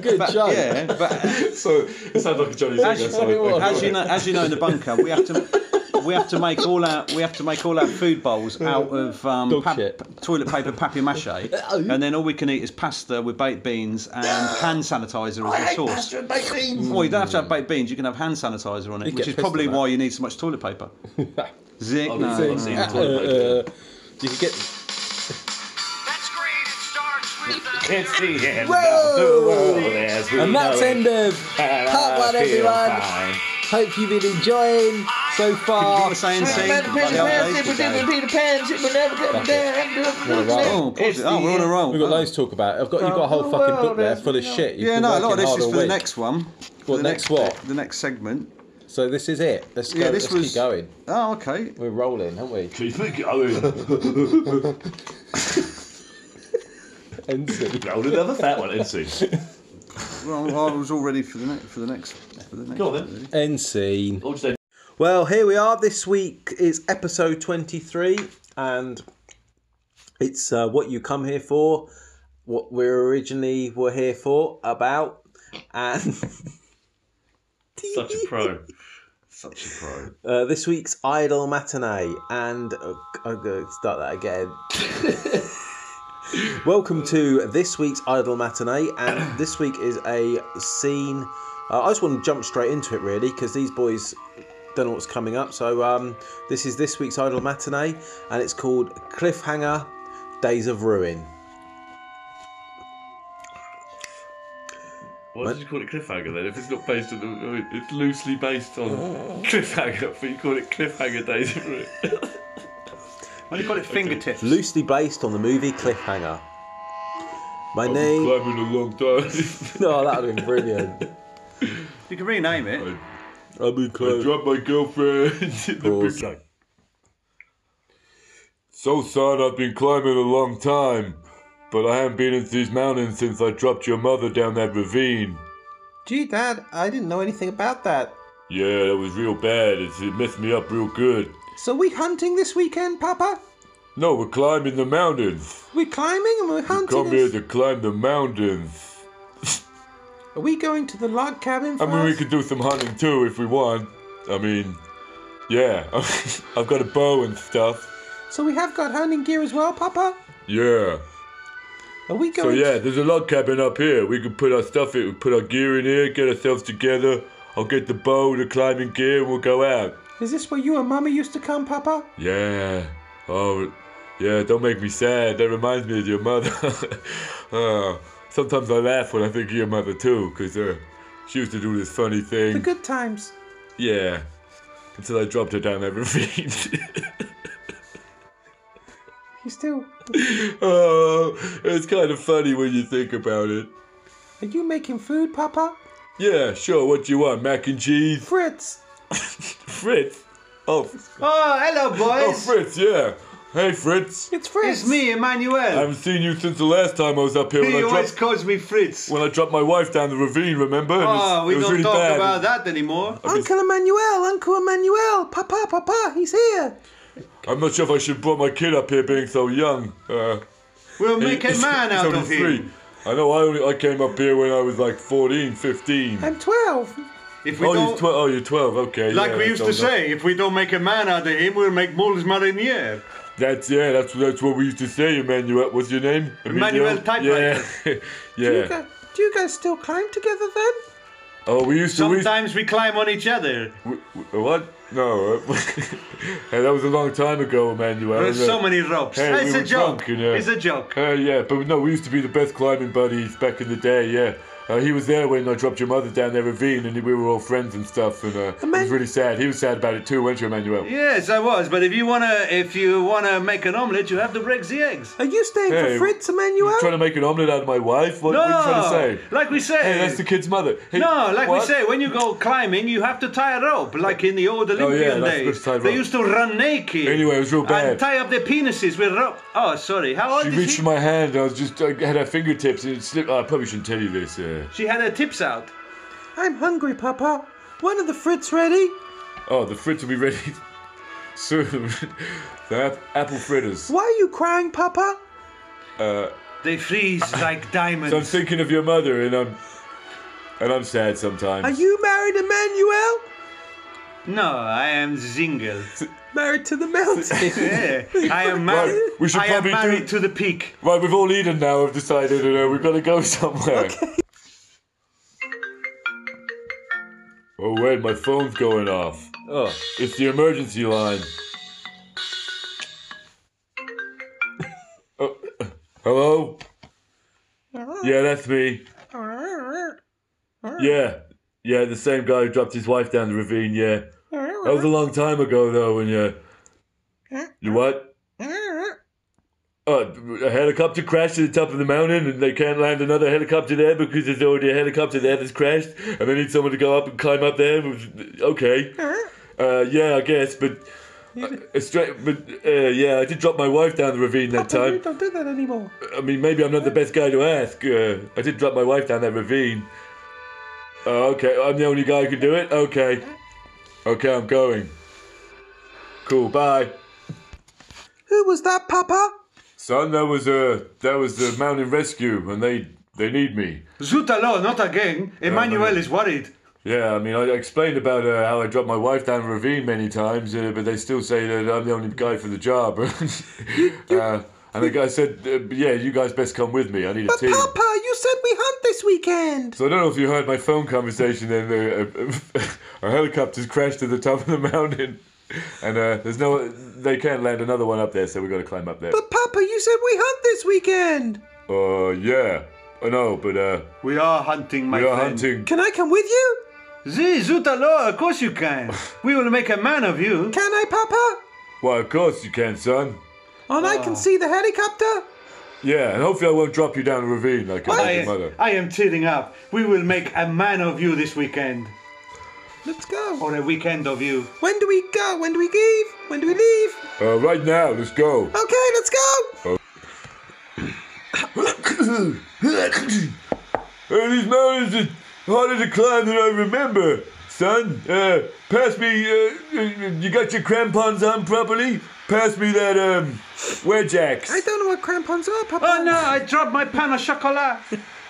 Speaker 2: good
Speaker 1: but,
Speaker 2: joke.
Speaker 1: yeah, but
Speaker 3: so it sounds like a Johnny Singer
Speaker 2: Actually,
Speaker 3: song.
Speaker 2: what?
Speaker 1: as you know, as you know, in the bunker, we have to we have to make all our we have to make all our food bowls out of um,
Speaker 2: Dog shit. Oh.
Speaker 1: toilet paper papier mache, and then all we can eat is pasta with baked beans and hand sanitizer as a sauce. Mm. Well, you don't have to have baked beans. You can have hand sanitizer on it,
Speaker 2: You'd
Speaker 1: which
Speaker 2: get
Speaker 1: is
Speaker 2: pissed
Speaker 1: probably
Speaker 2: at that.
Speaker 1: why you need so much toilet paper. Zing.
Speaker 3: I'll
Speaker 1: no.
Speaker 3: be
Speaker 2: Uh,
Speaker 3: I've seen
Speaker 2: uh,
Speaker 3: toilet paper.
Speaker 2: uh, you could get
Speaker 4: That's great. It starts with the.
Speaker 3: It's the end
Speaker 2: Whoa!
Speaker 3: of the world as we
Speaker 2: And that's
Speaker 3: know it.
Speaker 2: end of
Speaker 1: uh,
Speaker 2: part one, everyone. Hope you've been enjoying so far.
Speaker 1: You're saying sing by the old days today. Oh, pause it. oh, we're on a roll.
Speaker 2: We've got loads to talk about. I've got you've got a whole fucking book there full of shit. You've
Speaker 1: Yeah,
Speaker 2: been
Speaker 1: no, a lot of
Speaker 2: working
Speaker 1: this
Speaker 2: hard
Speaker 1: is
Speaker 2: all
Speaker 1: for the
Speaker 2: week.
Speaker 1: next one.
Speaker 2: What,
Speaker 1: the
Speaker 2: next what?
Speaker 1: The next segment.
Speaker 2: So this is it. Let's go.
Speaker 1: Yeah, this
Speaker 2: let's
Speaker 1: was-
Speaker 2: keep going.
Speaker 1: Oh, okay.
Speaker 2: We're rolling, aren't we?
Speaker 3: Keep it going.
Speaker 2: Ensign.
Speaker 3: Rolled another fat one, NC.
Speaker 1: Well, I was all ready for the next for the next for the next.
Speaker 3: Go on then.
Speaker 2: Ensign.
Speaker 3: What would you say?
Speaker 2: Well, here we are. This week is episode 23, and it's uh, what you come here for, what we originally were here for, about, and
Speaker 3: Such a pro. Such a pro.
Speaker 2: uh, this week's Idol Matinee. And uh, I'm going to start that again. Welcome to this week's Idol Matinee, and this week is a scene. Uh, I just want to jump straight into it, really, because these boys don't know what's coming up. So um, this is this week's Idol Matinee, and it's called Cliffhanger Days of Ruin.
Speaker 3: Why did you call it cliffhanger then? If it's not based on, the, I mean, it's loosely based on cliffhanger, but you call it cliffhanger days. of Ruin.
Speaker 1: Well, you got it fingertips.
Speaker 2: Loosely based on the movie Cliffhanger. My name.
Speaker 3: Climbing a long time.
Speaker 2: Oh, that would have been brilliant.
Speaker 1: You can rename it.
Speaker 3: Right.
Speaker 5: I'll be
Speaker 6: I dropped my girlfriend. in the
Speaker 5: Pause.
Speaker 6: big- So son, I've been climbing a long time, but I haven't been into these mountains since I dropped your mother down that ravine.
Speaker 5: Gee, Dad, I didn't know anything about that.
Speaker 6: Yeah, that was real bad. It's, it messed me up real good.
Speaker 5: So we hunting this weekend, Papa?
Speaker 6: No, we're climbing the mountains.
Speaker 5: We're climbing and we're hunting.
Speaker 6: Come here to climb the mountains.
Speaker 5: Are we going to the log cabin
Speaker 6: I
Speaker 5: first?
Speaker 6: mean, we could do some hunting too if we want. I mean, yeah, I've got a bow and stuff.
Speaker 5: So we have got hunting gear as well, Papa.
Speaker 6: Yeah.
Speaker 5: Are we
Speaker 6: So
Speaker 5: going?
Speaker 6: yeah, there's a log cabin up here. We could put our stuff in, we put our gear in here, get ourselves together. I'll get the bow, the climbing gear, and we'll go out.
Speaker 5: Is this where you and Mummy used to come, Papa?
Speaker 6: Yeah. Oh, yeah. Don't make me sad. That reminds me of your mother. uh, sometimes I laugh when I think of your mother too, 'cause uh, she used to do this funny
Speaker 5: The
Speaker 6: thing.
Speaker 5: good times.
Speaker 6: Yeah. Until I dropped her down that ravine.
Speaker 5: You still?
Speaker 6: oh, it's kind of funny when you think about it.
Speaker 5: Are you making food, Papa?
Speaker 6: Yeah, sure. What do you want? Mac and cheese?
Speaker 5: Fritz.
Speaker 6: Fritz. Oh,
Speaker 7: Oh, hello,
Speaker 6: oh,
Speaker 7: boys.
Speaker 6: Fritz. Yeah. Hey, Fritz.
Speaker 5: It's Fritz.
Speaker 7: it's me,
Speaker 6: I
Speaker 7: Emmanuel.
Speaker 6: haven't seen you since the last time I was up here when
Speaker 7: He
Speaker 6: I
Speaker 7: always
Speaker 6: dropped
Speaker 7: calls me Fritz.
Speaker 6: when I dropped my wife down the ravine. Remember? It was-
Speaker 7: Oh, we
Speaker 6: it was
Speaker 7: don't
Speaker 6: really
Speaker 7: talk
Speaker 6: bad.
Speaker 7: about that anymore.
Speaker 5: Uncle Emmanuel, Uncle Emmanuel, Papa, Papa, he's here.
Speaker 6: I'm not sure if I should brought my kid up here being so young. Uh,
Speaker 7: We'll make a
Speaker 6: he's-
Speaker 7: man
Speaker 6: he's
Speaker 7: out
Speaker 6: only
Speaker 7: of
Speaker 6: three.
Speaker 7: him.
Speaker 6: I know. I only, I came up here when I was like 14, 15.
Speaker 5: I'm 12.
Speaker 7: If we
Speaker 6: oh, you're
Speaker 7: don't,
Speaker 6: 12. Oh, you're 12. Okay.
Speaker 7: like
Speaker 6: yeah,
Speaker 7: we used
Speaker 6: so
Speaker 7: to
Speaker 6: no-
Speaker 7: say, if we don't make a man out of him, we'll make Moles Marinier.
Speaker 6: That's yeah. That's that's what we used to say, Emmanuel. What's your name?
Speaker 7: Emmanuel typewriter.
Speaker 6: Yeah.
Speaker 5: Do,
Speaker 6: yeah.
Speaker 5: you guys, do you guys still climb together then?
Speaker 6: Oh, we used to. we used-
Speaker 7: Sometimes we climb on each other.
Speaker 6: W- w- What? No. uh, hey, that was a long time ago, Emmanuel.
Speaker 7: There's
Speaker 6: Uh,
Speaker 7: so many ropes.
Speaker 6: Hey,
Speaker 7: it's,
Speaker 6: we
Speaker 7: a
Speaker 6: were
Speaker 7: joke.
Speaker 6: drunk, you know.
Speaker 7: it's a joke.
Speaker 6: Uh, yeah, but no, we used to be the best climbing buddies back in the day. Yeah, uh, he was there when I dropped your mother down that ravine, and we were all friends and stuff. And uh, it was
Speaker 5: Eman-
Speaker 6: really sad. He was sad about it too, weren't you, Emmanuel?
Speaker 7: Yes, I was. But if you wanna, if you wanna make an omelette, you have to break the eggs.
Speaker 5: Are you staying
Speaker 6: Hey,
Speaker 5: for Fritz,
Speaker 6: You
Speaker 5: Emmanuel?
Speaker 6: trying to make an omelette out of my wife? What,
Speaker 7: No,
Speaker 6: what are you trying to say?
Speaker 7: like we say.
Speaker 6: Hey, that's the kid's mother. Hey,
Speaker 7: no, like we
Speaker 6: what?
Speaker 7: say, when you go climbing, you have to tie a rope, like in the old Olympian
Speaker 6: Oh, that's good
Speaker 7: days.
Speaker 6: to tie
Speaker 7: They
Speaker 6: rope.
Speaker 7: used to run naked.
Speaker 6: Anyway, it was real bad.
Speaker 7: And tie up their penises with rope. Oh, sorry. How old
Speaker 6: She
Speaker 7: is
Speaker 6: reached
Speaker 7: she?
Speaker 6: for my hand. I was just I had her fingertips, and it slipped. Oh, I probably shouldn't tell you this. Uh,
Speaker 7: She had her tips out.
Speaker 5: I'm hungry, Papa. When are the Fritz ready?
Speaker 6: oh, the fritz will be ready soon. the ap- apple fritters.
Speaker 5: Why are you crying, Papa?
Speaker 6: Uh,
Speaker 7: They freeze like
Speaker 6: so I'm
Speaker 7: diamonds.
Speaker 6: thinking of your mother, and I'm and I'm sad sometimes.
Speaker 5: Are you married, Emmanuel?
Speaker 7: no, I am single.
Speaker 5: Married to the mountain.
Speaker 7: Yeah, I am married.
Speaker 6: Right, we should
Speaker 7: I am
Speaker 6: probably do-
Speaker 7: married to the peak.
Speaker 6: Right, we've all eaten now. We've decided and, uh, we've got to go somewhere. Oh wait, my phone's going off.
Speaker 5: oh.
Speaker 6: It's the emergency line. Oh, hello? Yeah, that's me. Yeah, yeah, the same guy who dropped his wife down the ravine. Yeah, that was a long time ago though. When you, you what? Uh, a helicopter crashed at the top of the mountain, and they can't land another helicopter there because there's already a helicopter there that's crashed, and they need someone to go up and climb up there. Okay. Uh, yeah, I guess, but. Uh, straight, but uh, yeah, I did drop my wife down the ravine that
Speaker 5: Papa, you
Speaker 6: time.
Speaker 5: don't do that anymore.
Speaker 6: I mean, maybe I'm not the best guy to ask. Uh, I did drop my wife down that ravine. Oh, okay, I'm the only guy who can do it? Okay. Okay, I'm going. Cool, bye.
Speaker 5: Who was that, Papa?
Speaker 6: Son, that was uh, that was the mountain rescue, and they they need me.
Speaker 7: Zutalo, not again. Emmanuel
Speaker 6: man.
Speaker 7: is worried.
Speaker 6: Yeah, I mean, I explained about uh, how I dropped my wife down the ravine many times, uh, but they still say that I'm the only guy for the job. uh, and the guy said, uh, yeah, you guys best come with me. I need a
Speaker 5: But
Speaker 6: team.
Speaker 5: Papa, you said we hunt this weekend.
Speaker 6: So I don't know if you heard my phone conversation. Then uh, a helicopter's crashed at the top of the mountain, and uh, there's no. They can't land another one up there, so we got to climb up there.
Speaker 5: But Papa, you said we hunt this weekend.
Speaker 6: Uh, yeah, I know, but uh,
Speaker 7: We are hunting, my
Speaker 6: we are
Speaker 7: friend.
Speaker 6: hunting.
Speaker 5: Can I come with you?
Speaker 7: Zee, Zutalo, of course you can. We will make a man of you.
Speaker 5: Can I, Papa?
Speaker 6: Why, of course you can, son.
Speaker 5: And I
Speaker 6: Ah.
Speaker 5: can see the helicopter.
Speaker 6: Yeah, and hopefully I won't drop you down a ravine like I did your mother.
Speaker 7: I, I am tearing up. We will make a man of you this weekend.
Speaker 2: Let's go.
Speaker 7: on a weekend of you.
Speaker 2: When do we go? When do we leave? When do we leave?
Speaker 6: Uh, right now, let's go.
Speaker 2: Okay, let's go.
Speaker 6: Uh, these mountains are harder to climb than I remember, son. Uh, pass me. Uh, uh, you got your crampons on properly? Pass me that um, wedge axe.
Speaker 2: I don't know what crampons are, Papa.
Speaker 7: Oh no, I dropped my pan of chocolate.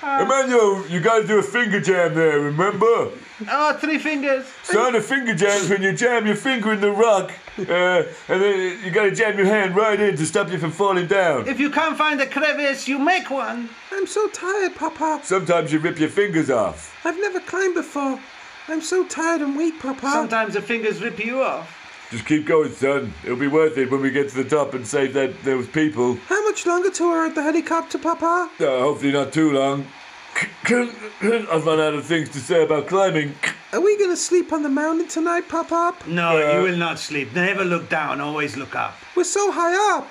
Speaker 6: Emmanuel, you gotta do a finger jam there, remember?
Speaker 7: Oh, three fingers.
Speaker 6: Son, a finger jam is when you jam your finger in the rock, uh, and then you gotta jam your hand right in to stop you from falling down.
Speaker 7: If you can't find a crevice, you make one.
Speaker 2: I'm so tired, Papa.
Speaker 6: Sometimes you rip your fingers off.
Speaker 2: I've never climbed before. I'm so tired and weak,
Speaker 6: Oh.
Speaker 2: Papa.
Speaker 7: Sometimes the fingers rip you off.
Speaker 6: Just keep going, son. It'll be worth it when we get to the top and save that those people.
Speaker 2: How much longer till we're at the helicopter, Papa?
Speaker 6: Uh, hopefully not too long. I've run out of things to say about climbing.
Speaker 2: Are we gonna sleep on the mountain tonight, Papa?
Speaker 7: No, you will not sleep. Never look down, always look up.
Speaker 2: We're so high up.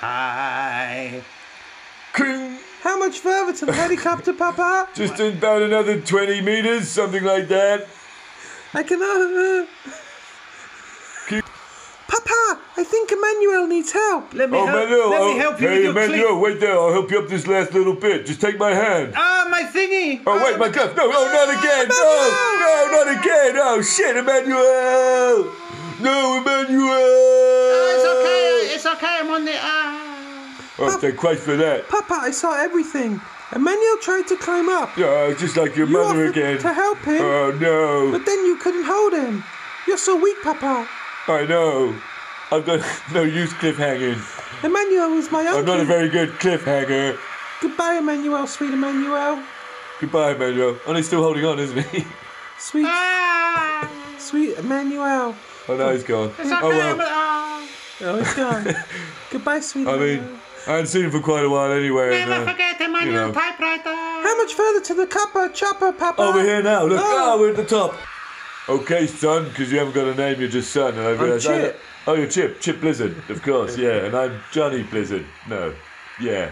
Speaker 7: Hi.
Speaker 2: How much further to the helicopter, Papa?
Speaker 6: Just about another 20 meters, something like that.
Speaker 2: I can. Uh, uh.
Speaker 6: Keep-
Speaker 2: Papa, I think Emmanuel needs help.
Speaker 7: Let me,
Speaker 6: Oh,
Speaker 7: help,
Speaker 6: Manuel,
Speaker 7: let
Speaker 6: oh,
Speaker 7: me help you
Speaker 6: hey,
Speaker 7: with your
Speaker 6: Manuel,
Speaker 7: clean.
Speaker 6: wait there. I'll help you up this last little bit. Just take my hand.
Speaker 7: Ah, my thingy.
Speaker 6: Oh, wait, my cuff. No, no, not
Speaker 7: uh,
Speaker 6: again. No, no, not again. Oh, shit, Emmanuel. No,
Speaker 7: Ah, it's okay.
Speaker 6: Emmanuel.
Speaker 7: It's okay. I'm on the. Ah.
Speaker 6: Oh, thank Christ for that.
Speaker 2: Papa, I saw everything. Emmanuel tried to climb up.
Speaker 6: Oh, just like your
Speaker 2: You
Speaker 6: mother
Speaker 2: offered
Speaker 6: again.
Speaker 2: to help him,
Speaker 6: Oh, no.
Speaker 2: but then you couldn't hold him. You're so weak, Papa.
Speaker 6: I know. I've got no use cliffhanging.
Speaker 2: Emmanuel is my uncle.
Speaker 6: I'm not a very good cliffhanger.
Speaker 2: Goodbye, Emmanuel, sweet Emmanuel.
Speaker 6: Goodbye, Manuel. Oh, he's still holding on, isn't he?
Speaker 2: Sweet,
Speaker 7: Ah.
Speaker 2: sweet Emmanuel.
Speaker 6: Oh, no, he's gone.
Speaker 7: It's okay.
Speaker 6: oh,
Speaker 7: I'm,
Speaker 6: well.
Speaker 7: ah.
Speaker 2: Oh, he's gone. Goodbye, sweet
Speaker 6: I
Speaker 2: Emmanuel.
Speaker 6: mean, I hadn't seen him for quite a while anyway. and,
Speaker 7: Never
Speaker 6: uh,
Speaker 7: forget the manual
Speaker 6: you know.
Speaker 7: typewriter.
Speaker 2: How much further to the copper chopper, Papa?
Speaker 6: oh, we're here now. Look,
Speaker 2: Oh.
Speaker 6: oh, we're at the top. Okay, son, because you haven't got a name, you're just son. And I realised I-
Speaker 2: Chip.
Speaker 6: Oh, you're Chip. Chip Blizzard, of course, yeah. And I'm Johnny Blizzard. No. Yeah.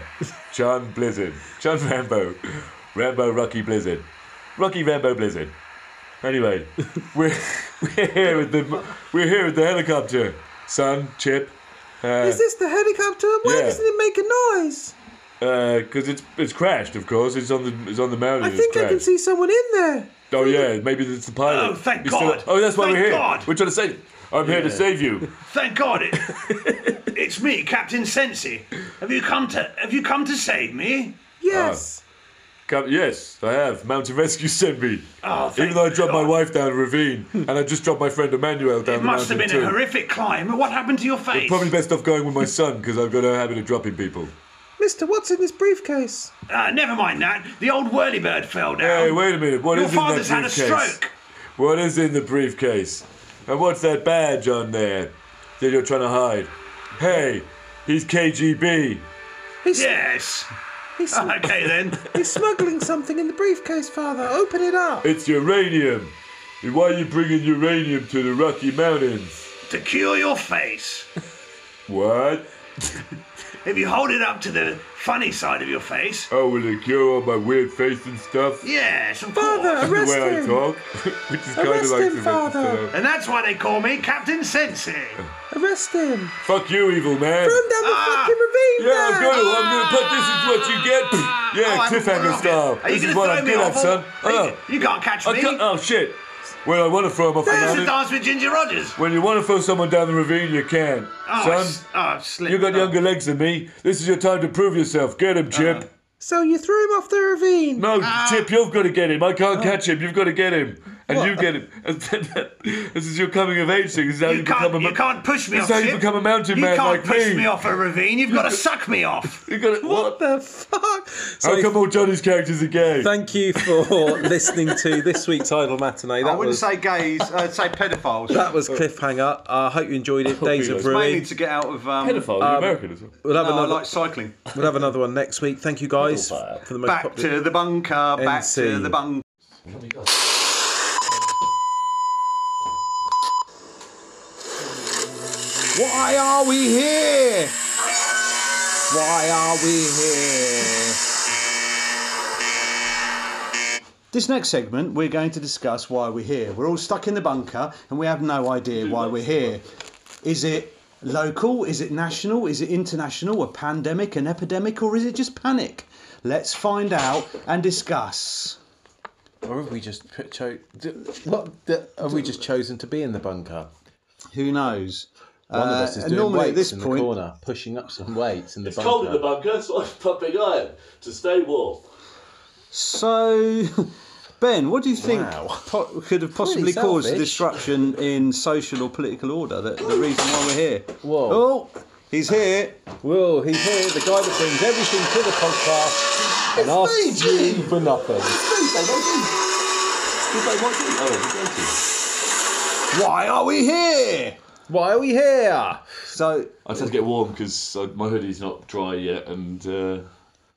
Speaker 6: John Blizzard. John Rambo. Rambo Rocky Blizzard. Rocky Rambo Blizzard. Anyway, we're, we're here with the we're here with the helicopter, son, Chip,
Speaker 2: Is this the helicopter? Why
Speaker 6: Yeah.
Speaker 2: doesn't it make a noise?
Speaker 6: because uh, it's it's crashed. Of course, it's on the it's on the mountain.
Speaker 2: I think
Speaker 6: it's
Speaker 2: I can
Speaker 6: crashed.
Speaker 2: see someone in there.
Speaker 6: Oh yeah, maybe it's the pilot.
Speaker 7: Oh, thank
Speaker 6: He's still-
Speaker 7: God.
Speaker 6: oh, that's why
Speaker 7: Thank
Speaker 6: we're here.
Speaker 7: God.
Speaker 6: We're trying to save. I'm here to save you.
Speaker 7: Thank God it, it's me, Captain Sensi. Have you come to Have you come to save me?
Speaker 2: Yes.
Speaker 6: Come, yes, I have. Mountain Rescue sent me.
Speaker 7: Oh, thank
Speaker 6: Even though I dropped my
Speaker 7: God.
Speaker 6: wife down a ravine, and I just dropped my friend Emmanuel down
Speaker 7: It
Speaker 6: the
Speaker 7: must have
Speaker 6: mountain
Speaker 7: been
Speaker 6: too.
Speaker 7: a horrific climb. What happened to your face?
Speaker 6: Probably best off going with my son because I've got no habit of dropping people.
Speaker 2: Mister, what's in this briefcase?
Speaker 7: Ah, never mind that. The old whirly bird fell down.
Speaker 6: Hey, wait a minute. What is
Speaker 7: Um, your
Speaker 6: in that
Speaker 7: father's had a
Speaker 6: briefcase?
Speaker 7: stroke.
Speaker 6: What is in the briefcase? And what's that badge on there that you're trying to hide? Hey, he's KGB.
Speaker 2: He's,
Speaker 7: Yes.
Speaker 2: he's,
Speaker 7: Okay then.
Speaker 2: he's smuggling something in the briefcase, Father. Open it up.
Speaker 6: It's uranium. And why are you bringing uranium to the Rocky Mountains?
Speaker 7: to cure your face,
Speaker 6: What?
Speaker 7: if you hold it up to the funny side of your face.
Speaker 6: Oh, will it cure all my weird face and stuff?
Speaker 7: Yes, of
Speaker 2: Father,
Speaker 7: course.
Speaker 6: the
Speaker 2: arrest
Speaker 6: way I
Speaker 2: him.
Speaker 6: talk, which is kind of
Speaker 2: Arrest
Speaker 6: like
Speaker 2: him,
Speaker 6: the-
Speaker 2: Father.
Speaker 7: And that's why they call me Captain Sensi.
Speaker 2: Arrest him.
Speaker 6: Fuck you, evil man.
Speaker 2: Throw him down the
Speaker 7: Ah.
Speaker 2: fucking ravine.
Speaker 6: Yeah, I'm
Speaker 2: there.
Speaker 6: gonna, I'm gonna put this is what you get. Yeah,
Speaker 7: Oh, I'm-
Speaker 6: cliffhanger style.
Speaker 7: Are you
Speaker 6: This
Speaker 7: gonna
Speaker 6: is what
Speaker 7: throw
Speaker 6: I'm
Speaker 7: me
Speaker 6: good at,
Speaker 7: off?
Speaker 6: son.
Speaker 7: all-
Speaker 6: Oh,
Speaker 7: You, you can't catch
Speaker 6: I
Speaker 7: me.
Speaker 6: can't, oh shit. Well, I want to throw him off the
Speaker 7: There's a
Speaker 6: mountain.
Speaker 7: dance with Ginger Rogers.
Speaker 6: When you want to throw someone down the ravine, you can.
Speaker 7: Oh, I s-
Speaker 6: Son,
Speaker 7: oh, I've slipped.
Speaker 6: you got
Speaker 7: Oh.
Speaker 6: younger legs than me. This is your time to prove yourself. Get him, Chip.
Speaker 2: Uh-huh. So you threw him off the ravine. Ah. Oh.
Speaker 6: No, Chip, you've got to get him. I can't catch him. You've got to get him. And you get him. And then- this is your coming of age thing. This is how you,
Speaker 7: You
Speaker 6: become a
Speaker 7: can't,
Speaker 6: mo-
Speaker 7: you can't push me
Speaker 6: This
Speaker 7: off.
Speaker 6: is how you
Speaker 7: Chip.
Speaker 6: become a mountain man
Speaker 7: You can't
Speaker 6: like
Speaker 7: push
Speaker 6: me.
Speaker 7: me off a ravine. You've got to suck me off.
Speaker 6: You got to,
Speaker 2: What
Speaker 6: what?
Speaker 2: the fuck? So
Speaker 6: How come all Johnny's characters are gay?
Speaker 2: Thank you for listening to this week's Idle Matinee.
Speaker 7: I
Speaker 2: That was,
Speaker 7: say gays. I'd say pedophiles.
Speaker 2: that was Cliffhanger. I Oh. hope you enjoyed it. Days of
Speaker 6: it's
Speaker 2: Brewing.
Speaker 7: to get out of. Um, uh,
Speaker 3: Pedophile,
Speaker 6: American as well.
Speaker 2: We'll have, another,
Speaker 7: cycling.
Speaker 2: we'll have another one next week. Thank you guys
Speaker 3: Pedal fire.
Speaker 2: for the most
Speaker 7: Back
Speaker 2: popular.
Speaker 7: to the bunker. Back to
Speaker 2: NC.
Speaker 7: the bunker.
Speaker 8: Why are we here? Why are we here?
Speaker 1: This next segment, we're going to discuss why we're here. We're all stuck in the bunker and we have no idea why we're here. Is it local? Is it national? Is it international? A pandemic, an epidemic, or is it just panic? Let's find out and discuss.
Speaker 2: Or have we just put- cho- d- what the, have we just chosen to be in the bunker?
Speaker 1: Who knows?
Speaker 2: One of
Speaker 1: Uh,
Speaker 2: us is
Speaker 1: and
Speaker 2: doing
Speaker 1: normally at
Speaker 2: weights
Speaker 1: this
Speaker 2: in
Speaker 1: point-
Speaker 2: the corner, pushing up some weights in the
Speaker 3: It's
Speaker 2: bunker.
Speaker 3: cold in the bunker, so I'm pumping iron to stay warm.
Speaker 1: So, Ben, what do you think
Speaker 2: Wow.
Speaker 1: po- could have possibly caused the
Speaker 2: selfish.
Speaker 1: disruption in social or political order? The, the reason why we're here.
Speaker 2: Whoa.
Speaker 1: Oh, he's here.
Speaker 2: Whoa, he's here, the guy that brings everything to the podcast and asks you for nothing.
Speaker 1: Why are we here?
Speaker 2: Why are we here?
Speaker 1: So,
Speaker 3: I tend to get warm because my hoodie's not dry yet, and uh,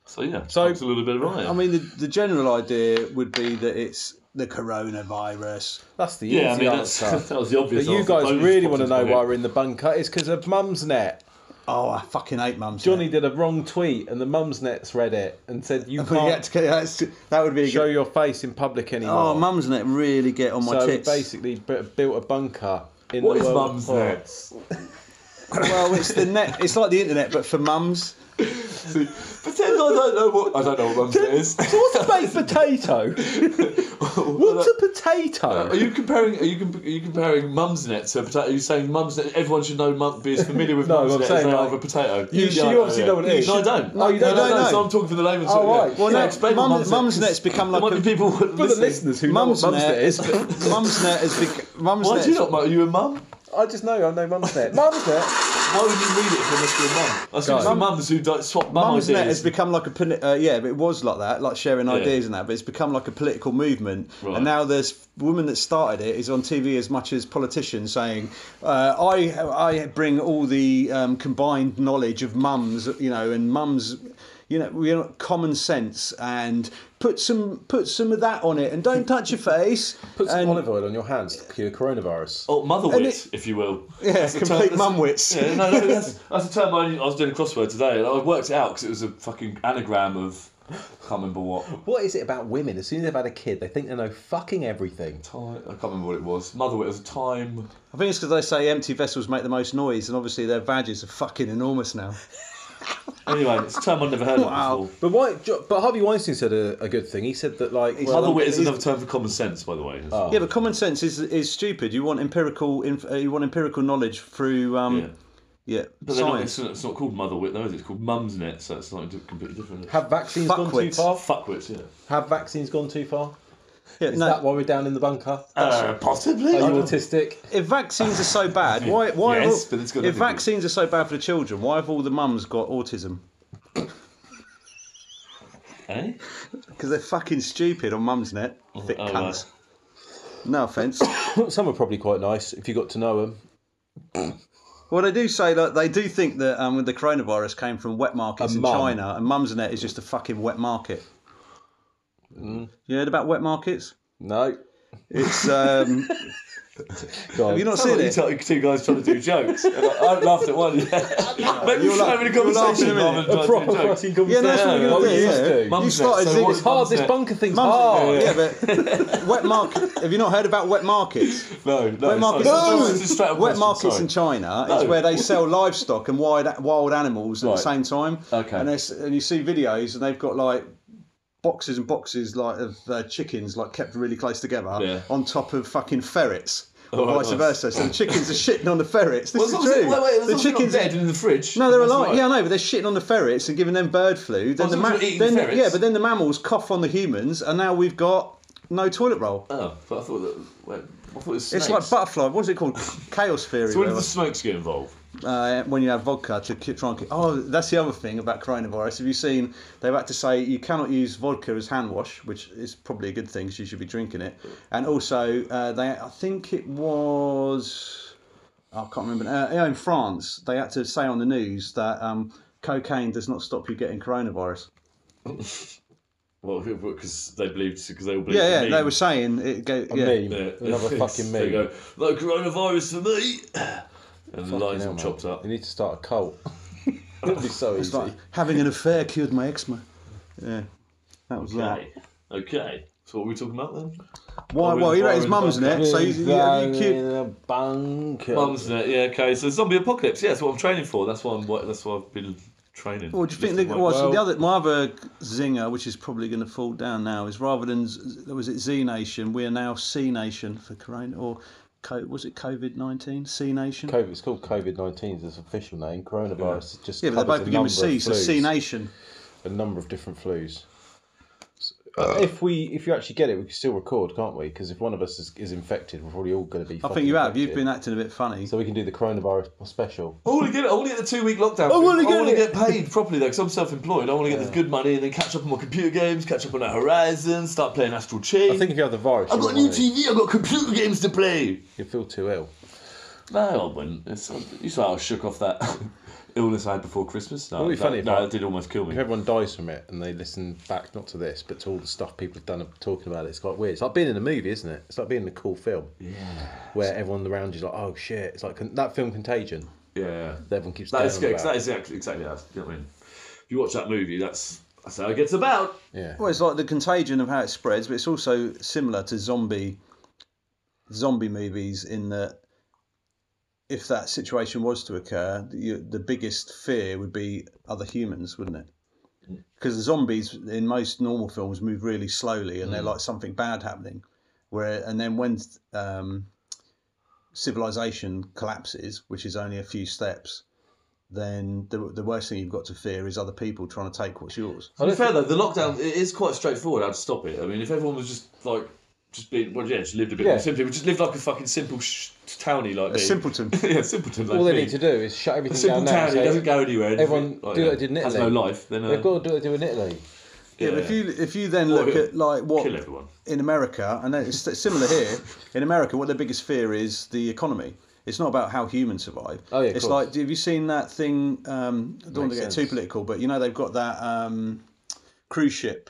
Speaker 3: so yeah,
Speaker 2: So-
Speaker 3: so it's a little bit of iron.
Speaker 1: I mean, the, the general idea would be that it's the coronavirus.
Speaker 2: That's the easy
Speaker 3: yeah, I mean that's,
Speaker 2: answer.
Speaker 3: that was the obvious.
Speaker 2: But you
Speaker 3: answer.
Speaker 2: guys
Speaker 3: I just
Speaker 2: really
Speaker 3: popped
Speaker 2: want to
Speaker 3: into
Speaker 2: know
Speaker 3: my
Speaker 2: why
Speaker 3: head.
Speaker 2: we're in the bunker. It's because of Mum's Net.
Speaker 1: Oh, I fucking hate mums.
Speaker 2: Johnny
Speaker 1: net.
Speaker 2: did a wrong tweet and the Mum's Net's read it and said you
Speaker 1: We get
Speaker 2: can't
Speaker 1: to- that's- that would be a
Speaker 2: show
Speaker 1: good.
Speaker 2: your face in public anymore.
Speaker 1: Oh, mum's net really get on my
Speaker 2: so we
Speaker 1: tits.
Speaker 2: basically bu- built a bunker in
Speaker 3: What
Speaker 2: the
Speaker 3: is
Speaker 2: world of
Speaker 3: Mum's
Speaker 2: pods.
Speaker 3: Net?
Speaker 1: Well, it's the net. It's like the internet, but for mums.
Speaker 3: Pretend I don't know what I don't know what mum's net is.
Speaker 2: What's a baked potato? What's a potato?
Speaker 3: Are you comparing? Are you, com- are you comparing mum's net to a potato? Are you saying mum's net? Everyone should know. Mum, be as familiar with
Speaker 2: No,
Speaker 3: mum's
Speaker 2: I'm
Speaker 3: net
Speaker 2: saying,
Speaker 3: as they
Speaker 2: like,
Speaker 3: are with a potato.
Speaker 2: you- you
Speaker 3: don't
Speaker 2: obviously know what it is.
Speaker 3: No, I don't.
Speaker 2: No, you don't
Speaker 3: no, no,
Speaker 1: know.
Speaker 3: So I'm talking for the layman's.
Speaker 2: Oh, right.
Speaker 1: Well,
Speaker 2: Yeah,
Speaker 1: no,
Speaker 3: explain what
Speaker 1: mum,
Speaker 3: mum's
Speaker 1: mum's,
Speaker 3: net is.
Speaker 1: net's become like
Speaker 3: There
Speaker 1: a,
Speaker 3: might be people for
Speaker 2: For the listeners who
Speaker 1: Mum's
Speaker 2: know what Mum's Net
Speaker 1: Net.
Speaker 2: is, but
Speaker 1: mum's net has become. Mum's
Speaker 3: Why
Speaker 1: net.
Speaker 3: do you not? Mum? Are you a mum?
Speaker 2: I just know I know Mum's Net. Mum's Net.
Speaker 3: Why would you read it if unless you're a mum? That's
Speaker 2: Guys.
Speaker 3: just for mums who don't swap mum
Speaker 1: Mum's
Speaker 3: ideas.
Speaker 1: net has become like a poli- uh, yeah, but it was like that, like sharing ideas and that. But it's become like a political movement,
Speaker 3: Right.
Speaker 1: and now there's woman that started it is on TV as much as politicians saying, uh, "I I bring all the um, combined knowledge of mums, you know, and mums." You know, we are common sense and put some put some of that on it, and don't touch your face.
Speaker 2: Put some
Speaker 1: and,
Speaker 2: olive oil on your hands to cure coronavirus.
Speaker 3: Oh, mother
Speaker 1: And
Speaker 3: wit, if you will.
Speaker 1: Yeah,
Speaker 3: That's a term-
Speaker 1: complete
Speaker 3: that's-
Speaker 1: mum wits.
Speaker 3: Yeah, no, no, that's, that's a term I, I was doing a crossword today, and I worked it out because it was a fucking anagram of can't remember what.
Speaker 2: What is it about women? As soon as they've had a kid, they think they know fucking everything.
Speaker 3: Time, I can't remember what it was. Mother wit it was a time.
Speaker 1: I think it's because they say empty vessels make the most noise, and obviously their badges are fucking enormous now.
Speaker 3: Anyway, it's a term I've never heard
Speaker 1: Wow.
Speaker 3: of before.
Speaker 2: But why? Jo- But Harvey Weinstein said a, a good thing. He said that like well,
Speaker 3: Mother wit is
Speaker 1: he's-
Speaker 3: another term for common sense, by the way.
Speaker 1: Yeah, but common sense is is stupid. You want empirical inf- uh, you want empirical knowledge through
Speaker 3: Yeah.
Speaker 1: um, yeah,
Speaker 3: But they're not,
Speaker 1: science.
Speaker 3: it's, not- it's not called mother wit, though, is it? It's called mum's net, so it's something di- completely different.
Speaker 2: have vaccines gone too
Speaker 1: Fuckwits.
Speaker 2: far?
Speaker 3: Fuckwits, yeah.
Speaker 2: Have vaccines gone too far?
Speaker 1: Yeah,
Speaker 2: Is
Speaker 1: no,
Speaker 2: that why we're down in the bunker?
Speaker 3: Uh, possibly.
Speaker 2: Are you autistic?
Speaker 1: if vaccines are so bad, why why have
Speaker 3: Yes,
Speaker 1: all-
Speaker 3: but it's got
Speaker 1: if
Speaker 3: nothing to do-
Speaker 1: vaccines are so bad for the children, why have all the mums got autism?
Speaker 3: Eh?
Speaker 1: Because they're fucking stupid on mum's net, thick
Speaker 3: oh,
Speaker 1: cunts. No offence.
Speaker 2: Some are probably quite nice if you got to know them.
Speaker 1: well, they do say that they do think that um, the coronavirus came from wet markets
Speaker 2: A
Speaker 1: in
Speaker 2: mum.
Speaker 1: China, and mum's net is just a fucking wet market.
Speaker 3: Mm.
Speaker 1: You heard about wet markets?
Speaker 2: No,
Speaker 1: It's um,
Speaker 2: God.
Speaker 1: have you not seen
Speaker 3: Sounds like
Speaker 1: it?
Speaker 3: you tell- two guys trying to do jokes. And I, I laughed at one. Yeah. Maybe we should have a
Speaker 1: laughing
Speaker 3: conversation
Speaker 1: in a
Speaker 3: rather
Speaker 1: minute.
Speaker 3: than trying to
Speaker 2: a proper
Speaker 3: do jokes.
Speaker 2: fucking
Speaker 1: Yeah,
Speaker 2: conversation.
Speaker 1: no, that's what
Speaker 3: Yeah,
Speaker 1: we're gonna
Speaker 3: what
Speaker 1: do.
Speaker 3: you
Speaker 2: used to.
Speaker 1: yeah.
Speaker 3: Mum's
Speaker 1: You
Speaker 3: net,
Speaker 1: started
Speaker 3: so
Speaker 1: zing-
Speaker 3: what-
Speaker 2: It's hard. oh, This
Speaker 3: Mum's net.
Speaker 2: bunker thing's
Speaker 1: Mum's
Speaker 2: hard.
Speaker 3: Oh.
Speaker 1: net, yeah, but wet market. Have you not heard about wet markets?
Speaker 3: No, no.
Speaker 1: Wet markets,
Speaker 3: sorry.
Speaker 1: in,
Speaker 3: This is a straight up
Speaker 1: wet
Speaker 3: question,
Speaker 1: markets
Speaker 3: sorry.
Speaker 1: in China is
Speaker 3: No.
Speaker 1: where they sell livestock and wild wild animals at
Speaker 3: Right.
Speaker 1: the same time.
Speaker 3: Okay.
Speaker 1: and, there's- and you see videos and they've got like boxes and boxes like of uh, chickens like kept really close together
Speaker 3: Yeah.
Speaker 1: on top of fucking ferrets. Or
Speaker 3: right,
Speaker 1: vice
Speaker 3: nice.
Speaker 1: versa. So the chickens are shitting on the ferrets. This
Speaker 3: Well,
Speaker 1: is
Speaker 3: it's
Speaker 1: true.
Speaker 3: obviously- wait, wait, it's
Speaker 1: the
Speaker 3: obviously not
Speaker 1: chickens
Speaker 3: dead in the fridge.
Speaker 1: No, they're
Speaker 3: That's
Speaker 1: alive.
Speaker 3: right.
Speaker 1: Yeah, I know, but they're shitting on the ferrets and giving them bird flu. Then
Speaker 3: Oh,
Speaker 1: the
Speaker 3: so
Speaker 1: ma-
Speaker 3: they're eating
Speaker 1: then
Speaker 3: ferrets?
Speaker 1: yeah, but then the mammals cough on the humans, and now we've got no toilet roll.
Speaker 3: Oh, but I thought that. Wait, I thought it was
Speaker 1: It's like
Speaker 3: snakes.
Speaker 1: butterfly. What's it called? Chaos theory.
Speaker 3: So when
Speaker 1: whatever.
Speaker 3: did the snakes get involved?
Speaker 1: uh, when you have vodka to ki- try and keep. Oh, that's the other thing about coronavirus. Have you seen they've had to say you cannot use vodka as hand wash, which is probably a good thing because you should be drinking it. And also, uh, they I think it was I can't remember. Uh, yeah, in France, they had to say on the news that um, cocaine does not stop you getting coronavirus.
Speaker 3: Well, because they believed because they all believed.
Speaker 1: Yeah,
Speaker 3: the
Speaker 1: yeah,
Speaker 3: meme.
Speaker 1: they were saying it. Go, yeah.
Speaker 2: Meme.
Speaker 3: Yeah.
Speaker 2: Another fucking
Speaker 3: They
Speaker 2: meme.
Speaker 3: go, no coronavirus for me. And the lines all chopped up.
Speaker 2: You need to start a cult. It'd be so easy.
Speaker 1: It's like having an affair cured my eczema. Yeah, that was that.
Speaker 3: Okay. Okay. So what are we talking about then?
Speaker 1: Why? Well, you know his mum's in it, so you, you, you, you,
Speaker 3: Mum's in it. uh, Yeah. Okay. So zombie apocalypse. Yeah. That's what I'm training for. That's what I'm. What, that's what I've been training.
Speaker 1: Well, do you think the,
Speaker 3: Lifting
Speaker 1: well,
Speaker 3: weights.
Speaker 1: so the other my other zinger, which is probably going to fall down now, is rather than Z- was it Z Nation, we are now C Nation for Corona or co- was it COVID nineteen C Nation?
Speaker 2: COVID, it's called COVID 19 is its official name. Coronavirus is just
Speaker 1: yeah, but they
Speaker 2: covers
Speaker 1: both
Speaker 2: a
Speaker 1: begin with
Speaker 2: number
Speaker 1: C,
Speaker 2: of
Speaker 1: so C
Speaker 2: flus,
Speaker 1: Nation.
Speaker 2: A number of different flus. So, uh, if we, if you actually get it, we can still record, can't we? Because if one of us is, is infected, we're probably all going to be.
Speaker 1: I think you have. You've been acting a bit funny.
Speaker 2: So we can do the coronavirus special.
Speaker 3: I want to get it. I want to get the two week lockdown. I
Speaker 2: wanna get
Speaker 3: I want to get
Speaker 2: it.
Speaker 3: paid properly though, because I'm self employed. I want to get the good money and then catch up on my computer games, catch up on our Horizon, start playing Astral Chain.
Speaker 2: I think if you have the virus,
Speaker 3: I've
Speaker 2: you
Speaker 3: got a
Speaker 2: won't
Speaker 3: new
Speaker 2: want it.
Speaker 3: TV. I've got computer games to play.
Speaker 2: You feel too ill.
Speaker 3: No, I wouldn't. It's, you saw how I shook off that illness I had before Christmas. No,
Speaker 2: Wouldn't it be
Speaker 3: that,
Speaker 2: funny if I-
Speaker 3: no, it did almost kill me.
Speaker 2: If everyone dies from it and they listen back, not to this, but to all the stuff people have done talking about it, it's quite weird. It's like being in a movie, isn't it? It's like being in a cool film. Yeah. Where everyone around you's like, oh shit. It's like con- that film Contagion.
Speaker 3: Yeah,
Speaker 2: That everyone keeps
Speaker 3: that is
Speaker 2: down on
Speaker 3: good. 'cause
Speaker 2: about.
Speaker 3: That is exactly exactly that. You know what I mean, if you watch that movie, that's that's how it gets about.
Speaker 2: Yeah.
Speaker 1: Well, it's like the contagion of how it spreads, but it's also similar to zombie zombie movies in that if that situation was to occur, you, the biggest fear would be other humans, wouldn't it? Because the zombies in most normal films move really slowly, and they're like something bad happening. Where and then when um, civilization collapses, which is only a few steps, then the the worst thing you've got to fear is other people trying to take what's yours.
Speaker 3: To be fair though, the lockdown it is quite straightforward. I'd stop it. I mean, if everyone was just like just being well, yeah, just lived a bit
Speaker 2: Yeah.
Speaker 3: more simply, just lived like a fucking simple sh- townie like
Speaker 1: A
Speaker 3: me.
Speaker 1: simpleton.
Speaker 3: yeah, simpleton like
Speaker 2: All they
Speaker 3: me.
Speaker 2: need to do is shut
Speaker 3: a
Speaker 2: everything down
Speaker 3: simple
Speaker 2: now.
Speaker 3: townie
Speaker 2: so
Speaker 3: doesn't go anywhere. just
Speaker 2: everyone
Speaker 3: like,
Speaker 2: do
Speaker 3: yeah,
Speaker 2: what they did in
Speaker 3: Has
Speaker 2: Italy.
Speaker 3: no life. Then uh,
Speaker 2: They've got to do what they do in Italy.
Speaker 1: Yeah, but if you if you then look
Speaker 3: he'll
Speaker 1: at like what
Speaker 3: kill everyone.
Speaker 1: in America, and it's s- similar here in America, what their biggest fear is the economy. It's not about how humans survive.
Speaker 2: Oh, yeah, of
Speaker 1: it's
Speaker 2: course.
Speaker 1: like have you seen that thing? Um, I don't want to
Speaker 2: Makes
Speaker 1: get too
Speaker 2: sense.
Speaker 1: political, but you know they've got that um, cruise ship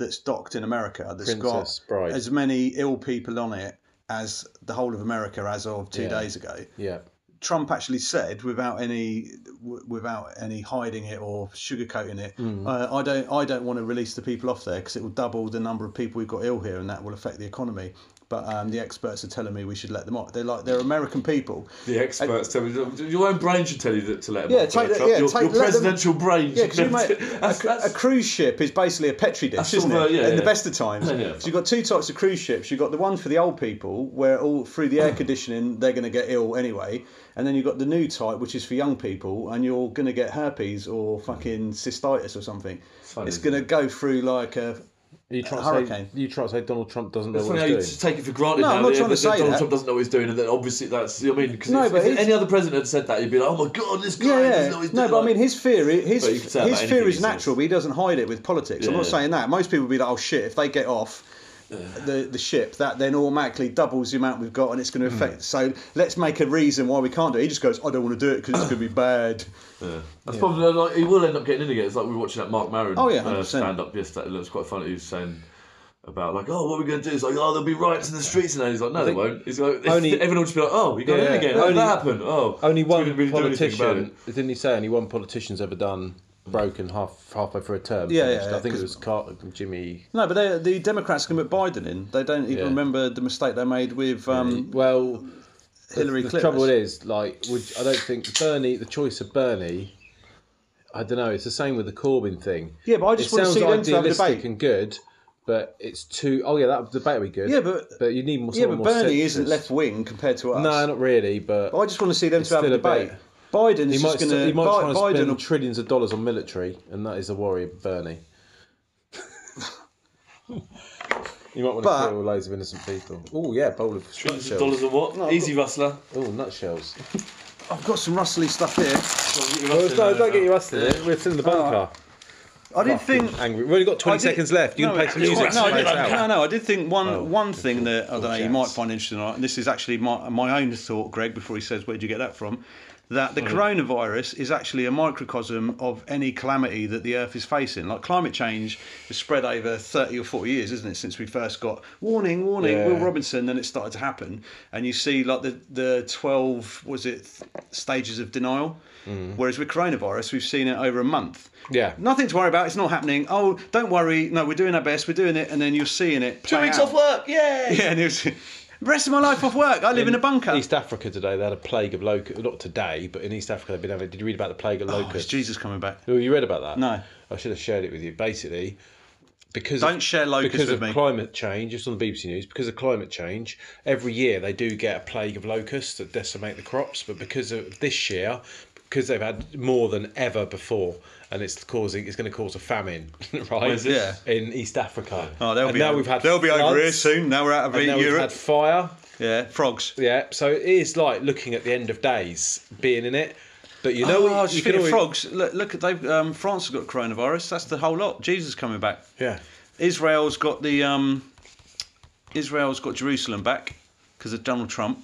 Speaker 1: that's docked in America that's
Speaker 2: Princess
Speaker 1: got
Speaker 2: Bride.
Speaker 1: as many ill people on it as the whole of America as of two
Speaker 2: Yeah.
Speaker 1: days ago.
Speaker 2: Yeah.
Speaker 1: Trump actually said without any w- without any hiding it or sugarcoating it. Uh, I don't I don't want to release the people off there because it will double the number of people we've got ill here, and that will affect the economy. But um, the experts are telling me we should let them off. They're like they're American people.
Speaker 3: The experts tell me your own brain should tell you that to let them.
Speaker 1: Yeah,
Speaker 3: off,
Speaker 1: take
Speaker 3: Donald
Speaker 1: that-
Speaker 3: Trump.
Speaker 1: yeah,
Speaker 3: your,
Speaker 1: take-
Speaker 3: your
Speaker 1: let them-
Speaker 3: presidential brain.
Speaker 1: Yeah,
Speaker 3: should
Speaker 1: because you
Speaker 3: tell-
Speaker 1: mate, a,
Speaker 3: That's-
Speaker 1: cru- a
Speaker 3: that's-
Speaker 1: cruise ship is basically a petri dish,
Speaker 3: That's
Speaker 1: isn't
Speaker 3: sort
Speaker 1: it?
Speaker 3: of, yeah,
Speaker 1: In the
Speaker 3: yeah.
Speaker 1: best of times.
Speaker 3: Yeah, yeah.
Speaker 1: So you've got two types of cruise ships. You've got the one for the old people, where all through the air conditioning they're going to get ill anyway, and then you've got the new type, which is for young people, and you're going to get herpes or fucking cystitis or something.
Speaker 3: funny,
Speaker 1: it's
Speaker 3: isn't
Speaker 1: going to go through like a.
Speaker 2: Are you trying
Speaker 1: A
Speaker 2: to say
Speaker 1: hurricane.
Speaker 2: you trying to say Donald Trump doesn't know
Speaker 3: It's
Speaker 2: what
Speaker 3: funny how
Speaker 2: he's
Speaker 3: you
Speaker 2: doing?
Speaker 3: just take it for granted.
Speaker 1: No,
Speaker 3: now,
Speaker 1: I'm not
Speaker 3: yeah,
Speaker 1: trying to
Speaker 3: that
Speaker 1: say
Speaker 3: Donald
Speaker 1: that.
Speaker 3: Trump doesn't know what he's doing, and then obviously that's. you know what I mean, because
Speaker 1: No,
Speaker 3: if,
Speaker 1: but
Speaker 3: if
Speaker 1: he's-
Speaker 3: any other president had said that, you'd be like, "Oh my god, this guy
Speaker 1: Yeah,
Speaker 3: doesn't know
Speaker 1: yeah.
Speaker 3: what he's
Speaker 1: no,
Speaker 3: doing."
Speaker 1: but I
Speaker 3: like-
Speaker 1: mean his fear, i- his
Speaker 3: But you can say
Speaker 1: his
Speaker 3: about
Speaker 1: fear
Speaker 3: anything
Speaker 1: is
Speaker 3: he
Speaker 1: natural,
Speaker 3: says.
Speaker 1: but he doesn't hide it with politics. I'm not
Speaker 3: Yeah.
Speaker 1: saying that. Most people would be like, oh shit, if they get off. The, the ship that then automatically doubles the amount we've got and it's
Speaker 2: Hmm.
Speaker 1: going to affect so let's make a reason why we can't do it he just goes I don't want to do it because it's going to be bad
Speaker 3: Yeah. That's probably like he will end up getting in again. It's like we were watching that Mark Maron
Speaker 1: Oh, yeah,
Speaker 3: uh,
Speaker 1: 100%.
Speaker 3: stand up yesterday. It looks quite funny. He was saying about like, oh, what are we going to do? It's like, oh, there'll be riots in the streets, and he's like, no, they won't. He's like,
Speaker 2: only-
Speaker 3: everyone will just be like, oh, we got
Speaker 2: Yeah.
Speaker 3: in again. How did
Speaker 2: Only-
Speaker 3: that happen? Oh,
Speaker 2: Only
Speaker 3: so we
Speaker 2: one
Speaker 3: didn't really do anything about
Speaker 2: politician. Didn't he say only one politician's ever done broken half halfway through a term?
Speaker 1: Yeah,
Speaker 2: finished?
Speaker 1: yeah,
Speaker 2: I think it
Speaker 1: 'cause-
Speaker 2: was Carter, Jimmy.
Speaker 1: no but they, the Democrats can put Biden in they don't even
Speaker 2: Yeah.
Speaker 1: remember the mistake they made with um,
Speaker 2: Well,
Speaker 1: Hillary
Speaker 2: the
Speaker 1: Clinton
Speaker 2: trouble is, like, would, I don't think Bernie. The choice of Bernie, I don't know. It's the same with the Corbyn thing.
Speaker 1: Yeah, but I just
Speaker 2: it
Speaker 1: want to
Speaker 2: sounds
Speaker 1: see them to have a
Speaker 2: idealistic
Speaker 1: debate.
Speaker 2: and good, but it's too. Oh yeah, that debate would be good.
Speaker 1: Yeah, but-
Speaker 2: but you need more.
Speaker 1: yeah
Speaker 2: someone
Speaker 1: but
Speaker 2: more
Speaker 1: Bernie isn't
Speaker 2: centrist.
Speaker 1: left wing compared to us
Speaker 2: No, not really. But
Speaker 1: I just want to see them
Speaker 2: It's
Speaker 1: to have a
Speaker 2: still a
Speaker 1: debate
Speaker 2: bit-
Speaker 1: Biden's
Speaker 2: he might.
Speaker 1: just going
Speaker 2: he might try and
Speaker 1: Biden
Speaker 2: spend
Speaker 1: will
Speaker 2: trillions of dollars on military, and that is a worry of Bernie. You might want to
Speaker 1: But-
Speaker 2: kill loads of innocent people. Oh yeah, bowl of
Speaker 3: it.
Speaker 2: shells.
Speaker 3: Dollars and what? Easy rustler.
Speaker 2: Oh nutshells.
Speaker 1: I've got some rustly stuff here
Speaker 2: Well, no, don't get your ass in it. We're still in the bunker.
Speaker 1: I did think
Speaker 2: Angry. We've only got 20
Speaker 1: I did-
Speaker 2: seconds left. You can
Speaker 1: No,
Speaker 2: play
Speaker 1: it's
Speaker 2: some music.
Speaker 1: quite- No,
Speaker 2: to play
Speaker 1: I
Speaker 2: us
Speaker 1: did, no,
Speaker 2: out.
Speaker 1: no, I did think one
Speaker 2: Oh,
Speaker 1: one thing that I don't know, you
Speaker 2: chats.
Speaker 1: might find interesting, and this is actually my my own thought, Greg. Before he says where would you get that from, that
Speaker 2: Hmm.
Speaker 1: the coronavirus is actually a microcosm of any calamity that the Earth is facing. Like climate change has spread over 30 or 40 years, isn't it, since we first got warning, warning,
Speaker 2: Yeah.
Speaker 1: Will Robinson, then it started to happen. And you see like the, the 12, was it, th- stages of denial?
Speaker 2: Hmm.
Speaker 1: Whereas with coronavirus, we've seen it over a month.
Speaker 2: Yeah.
Speaker 1: Nothing to worry about. It's not happening. Oh, don't worry. No, we're doing our best. We're doing it. And then you're seeing it.
Speaker 3: Two
Speaker 1: play
Speaker 3: weeks
Speaker 1: out.
Speaker 3: off work, yeah.
Speaker 1: Yeah, and it was rest of my life off work. I live in, a bunker.
Speaker 2: East Africa today, they had a plague of locusts. Not today, but in East Africa, they've been having. Did you read about the plague of
Speaker 1: oh, is
Speaker 2: locusts?
Speaker 1: Jesus coming back?
Speaker 2: Oh, you read about that?
Speaker 1: No.
Speaker 2: I should have shared it with you. Basically, because
Speaker 1: Don't share locusts
Speaker 2: because
Speaker 1: with
Speaker 2: of
Speaker 1: me.
Speaker 2: climate change. It's on the BBC News because of climate change. Every year they do get a plague of locusts that decimate the crops, but because of this year, because they've had more than ever before, and it's causing it's going to cause a famine, right?
Speaker 1: Where's this?
Speaker 2: in East Africa.
Speaker 1: Oh, they'll
Speaker 2: and
Speaker 1: be
Speaker 2: now
Speaker 1: over,
Speaker 2: we've had
Speaker 1: they'll be over here
Speaker 2: floods,
Speaker 1: soon. Now we're out of
Speaker 2: And now
Speaker 1: Europe.
Speaker 2: we've had fire.
Speaker 1: Yeah, frogs.
Speaker 2: Yeah, so it is like looking at the end of days, being in it. But you know,
Speaker 1: No,
Speaker 2: what,
Speaker 1: oh,
Speaker 2: you
Speaker 1: speaking
Speaker 2: can
Speaker 1: of
Speaker 2: always,
Speaker 1: frogs, look, look at they've um, France has got coronavirus. That's the whole lot. Jesus coming back.
Speaker 2: Yeah,
Speaker 1: Israel's got the um, Israel's got Jerusalem back because of Donald Trump.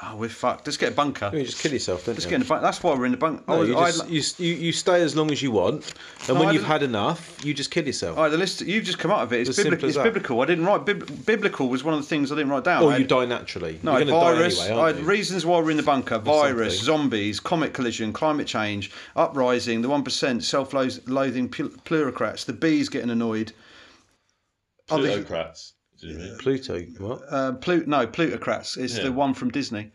Speaker 1: Oh, we're fucked. Let's get a bunker.
Speaker 2: you just kill yourself, don't
Speaker 1: Let's
Speaker 2: you?
Speaker 1: get in the bunker. That's why we're in the bunker.
Speaker 2: No,
Speaker 1: I,
Speaker 2: you,
Speaker 1: Oh, I-
Speaker 2: just, you, s- you, you stay as long as you want, and
Speaker 1: No,
Speaker 2: when
Speaker 1: I
Speaker 2: you've
Speaker 1: don't-
Speaker 2: had enough, you just kill yourself.
Speaker 1: Oh, the list you've just come out of it. It's,
Speaker 2: As simple
Speaker 1: biblical. it's
Speaker 2: as that.
Speaker 1: biblical. I didn't write bib- biblical was one of the things I didn't write down.
Speaker 2: or
Speaker 1: I
Speaker 2: you
Speaker 1: had-
Speaker 2: die naturally.
Speaker 1: No, I
Speaker 2: You're
Speaker 1: had
Speaker 2: gonna die
Speaker 1: virus.
Speaker 2: anyway,
Speaker 1: I
Speaker 2: aren't
Speaker 1: had
Speaker 2: you?
Speaker 1: reasons why we're in the bunker. Virus,
Speaker 2: something.
Speaker 1: zombies, comet collision, climate change, uprising, the one percent, self-loathing pu- plutocrats, the bees getting annoyed. Oh, the-
Speaker 3: Plutocrats. Do you know what I mean?
Speaker 2: Pluto. What?
Speaker 1: Uh, Plut- no, plutocrats is the one from Disney.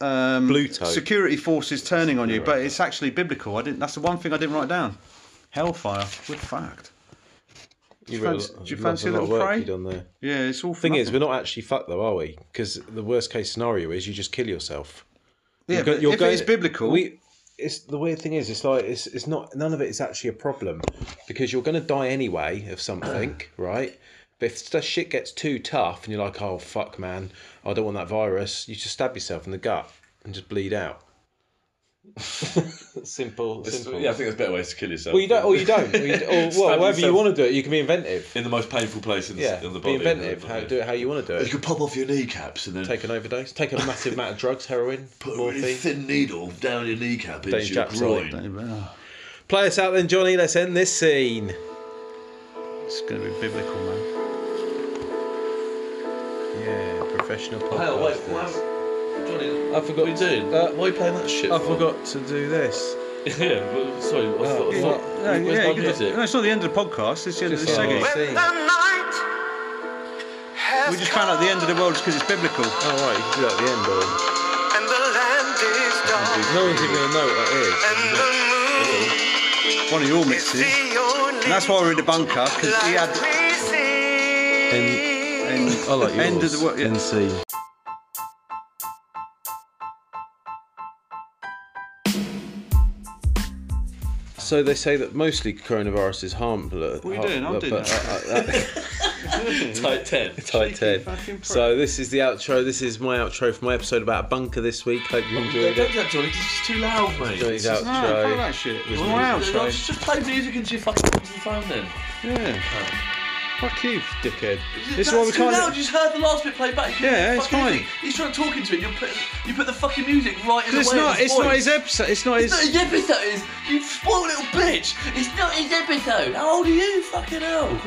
Speaker 1: Um,
Speaker 2: Pluto.
Speaker 1: Security forces turning on you, but it's actually biblical. I didn't. That's the one thing I didn't write down. Hellfire. We're fucked. fancy-
Speaker 2: You realise-
Speaker 1: do you
Speaker 2: there's
Speaker 1: fancy a
Speaker 2: lot of
Speaker 1: little
Speaker 2: work
Speaker 1: pray?
Speaker 2: you've done there.
Speaker 1: Yeah, it's all.
Speaker 2: Thing is, we're not actually fucked though, are we? Because the worst case scenario is you just kill yourself.
Speaker 1: yeah,
Speaker 2: Go-
Speaker 1: but
Speaker 2: you're
Speaker 1: if
Speaker 2: going-
Speaker 1: it's biblical,
Speaker 2: We, it's the weird thing is, it's like it's it's not none of it is actually a problem because you're going to die anyway of something, right? But if the shit gets too tough and you're like, oh fuck, man, I don't want that virus, you just stab yourself in the gut and just bleed out. simple, simple.
Speaker 3: Yeah, I think there's better ways to kill yourself.
Speaker 2: Well, you don't, or you don't, or, you, or well, whatever you
Speaker 3: yourself.
Speaker 2: want to do it, you can be inventive.
Speaker 3: in the most painful place in the,
Speaker 2: Yeah,
Speaker 3: in the body.
Speaker 2: be inventive. How, do it how you want to do
Speaker 3: You
Speaker 2: it.
Speaker 3: could pop off your kneecaps and then
Speaker 2: Take an overdose. Take a massive amount of drugs, heroin,
Speaker 3: put a really
Speaker 2: morphine.
Speaker 3: thin needle down your kneecap into
Speaker 2: Dave
Speaker 3: your
Speaker 2: Jackson.
Speaker 3: groin.
Speaker 1: Oh,
Speaker 2: Play us out then, Johnny. Let's end this scene.
Speaker 1: it's going to be biblical, man.
Speaker 2: Yeah, professional podcast.
Speaker 3: Hell, wait, why-
Speaker 2: this.
Speaker 3: Johnny,
Speaker 2: I
Speaker 3: what
Speaker 2: forgot.
Speaker 3: are you doing?
Speaker 2: Uh,
Speaker 3: why are you playing that shit?
Speaker 2: I
Speaker 3: for?
Speaker 2: forgot to do this.
Speaker 3: yeah, well, sorry. I thought, I
Speaker 2: yeah.
Speaker 3: thought,
Speaker 1: No,
Speaker 3: where's
Speaker 1: yeah,
Speaker 3: my
Speaker 1: you could-
Speaker 3: music?
Speaker 1: no, it's not the end of the podcast. It's the end of the
Speaker 2: Just-
Speaker 1: segment.
Speaker 2: oh.
Speaker 4: When
Speaker 2: Same.
Speaker 4: the night has
Speaker 1: We just found out the end of the world is because it's biblical.
Speaker 2: Oh right, you can do that at the end, Owen.
Speaker 4: come And the land is dark
Speaker 2: No one's even gonna know what that
Speaker 4: And the moon
Speaker 1: One of your
Speaker 4: is
Speaker 1: mixes.
Speaker 4: the only
Speaker 1: And that's why we're in the bunker because he had
Speaker 4: light we see
Speaker 1: end,
Speaker 2: is. I like yours.
Speaker 1: end of the world. Yeah.
Speaker 2: End scene. So they say that mostly coronavirus is harmful. What
Speaker 1: are you doing? I'm doing
Speaker 3: Tight ten.
Speaker 2: Tight
Speaker 1: Cheeky
Speaker 2: Ted.
Speaker 1: fucking prick.
Speaker 2: uh, So this is the outro. This is my outro for my episode about a bunker this week. Hope you
Speaker 3: Don't
Speaker 2: enjoyed
Speaker 3: do
Speaker 2: it.
Speaker 3: that, Johnny. 'cause It's just too loud, mate.
Speaker 2: Johnny's
Speaker 3: It's-
Speaker 2: outro.
Speaker 1: No, fuck that shit. It's my
Speaker 3: No,
Speaker 1: outro.
Speaker 3: Just just play music into your fucking into the phone then.
Speaker 1: Yeah. Fuck you, dickhead. This
Speaker 3: That's
Speaker 1: is why we
Speaker 3: too
Speaker 1: can't.
Speaker 3: loud. You just heard the last bit play back. You
Speaker 1: Yeah,
Speaker 3: couldn't
Speaker 1: it's
Speaker 3: fucking
Speaker 1: fine.
Speaker 3: hear it. He's trying to talk into it. You put you put the fucking music right in the way.
Speaker 1: It's
Speaker 3: of
Speaker 1: not.
Speaker 3: his
Speaker 1: It's not
Speaker 3: voice.
Speaker 1: his episode. It's not
Speaker 3: It's not
Speaker 1: his.
Speaker 3: his episode. It's, you spoiled little bitch. It's not his episode. How old are you? Fucking hell.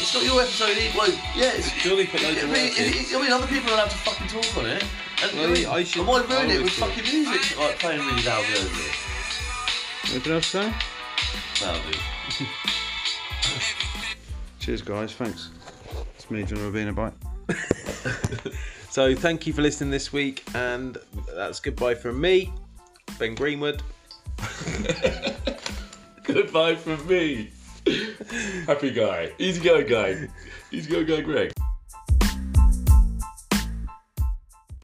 Speaker 3: It's not your episode. It, well, yeah. It's,
Speaker 2: Surely put loads
Speaker 3: I
Speaker 2: of
Speaker 3: mean, it-
Speaker 2: work in.
Speaker 3: it's- I mean, other people are allowed to fucking talk on it. And,
Speaker 2: Well,
Speaker 3: I mean,
Speaker 2: I should-
Speaker 3: and why ruin
Speaker 2: I
Speaker 3: it with
Speaker 2: would
Speaker 3: fucking music? Like playing really loud over it.
Speaker 1: Anything else to say?
Speaker 3: That'll do.
Speaker 1: Cheers, guys. Thanks. It's me, John Robina. Bye.
Speaker 2: So thank you for listening this week, and that's goodbye from me, Ben Greenwood.
Speaker 6: Goodbye from me. Happy guy. Easy going guy. Easy going guy Greg.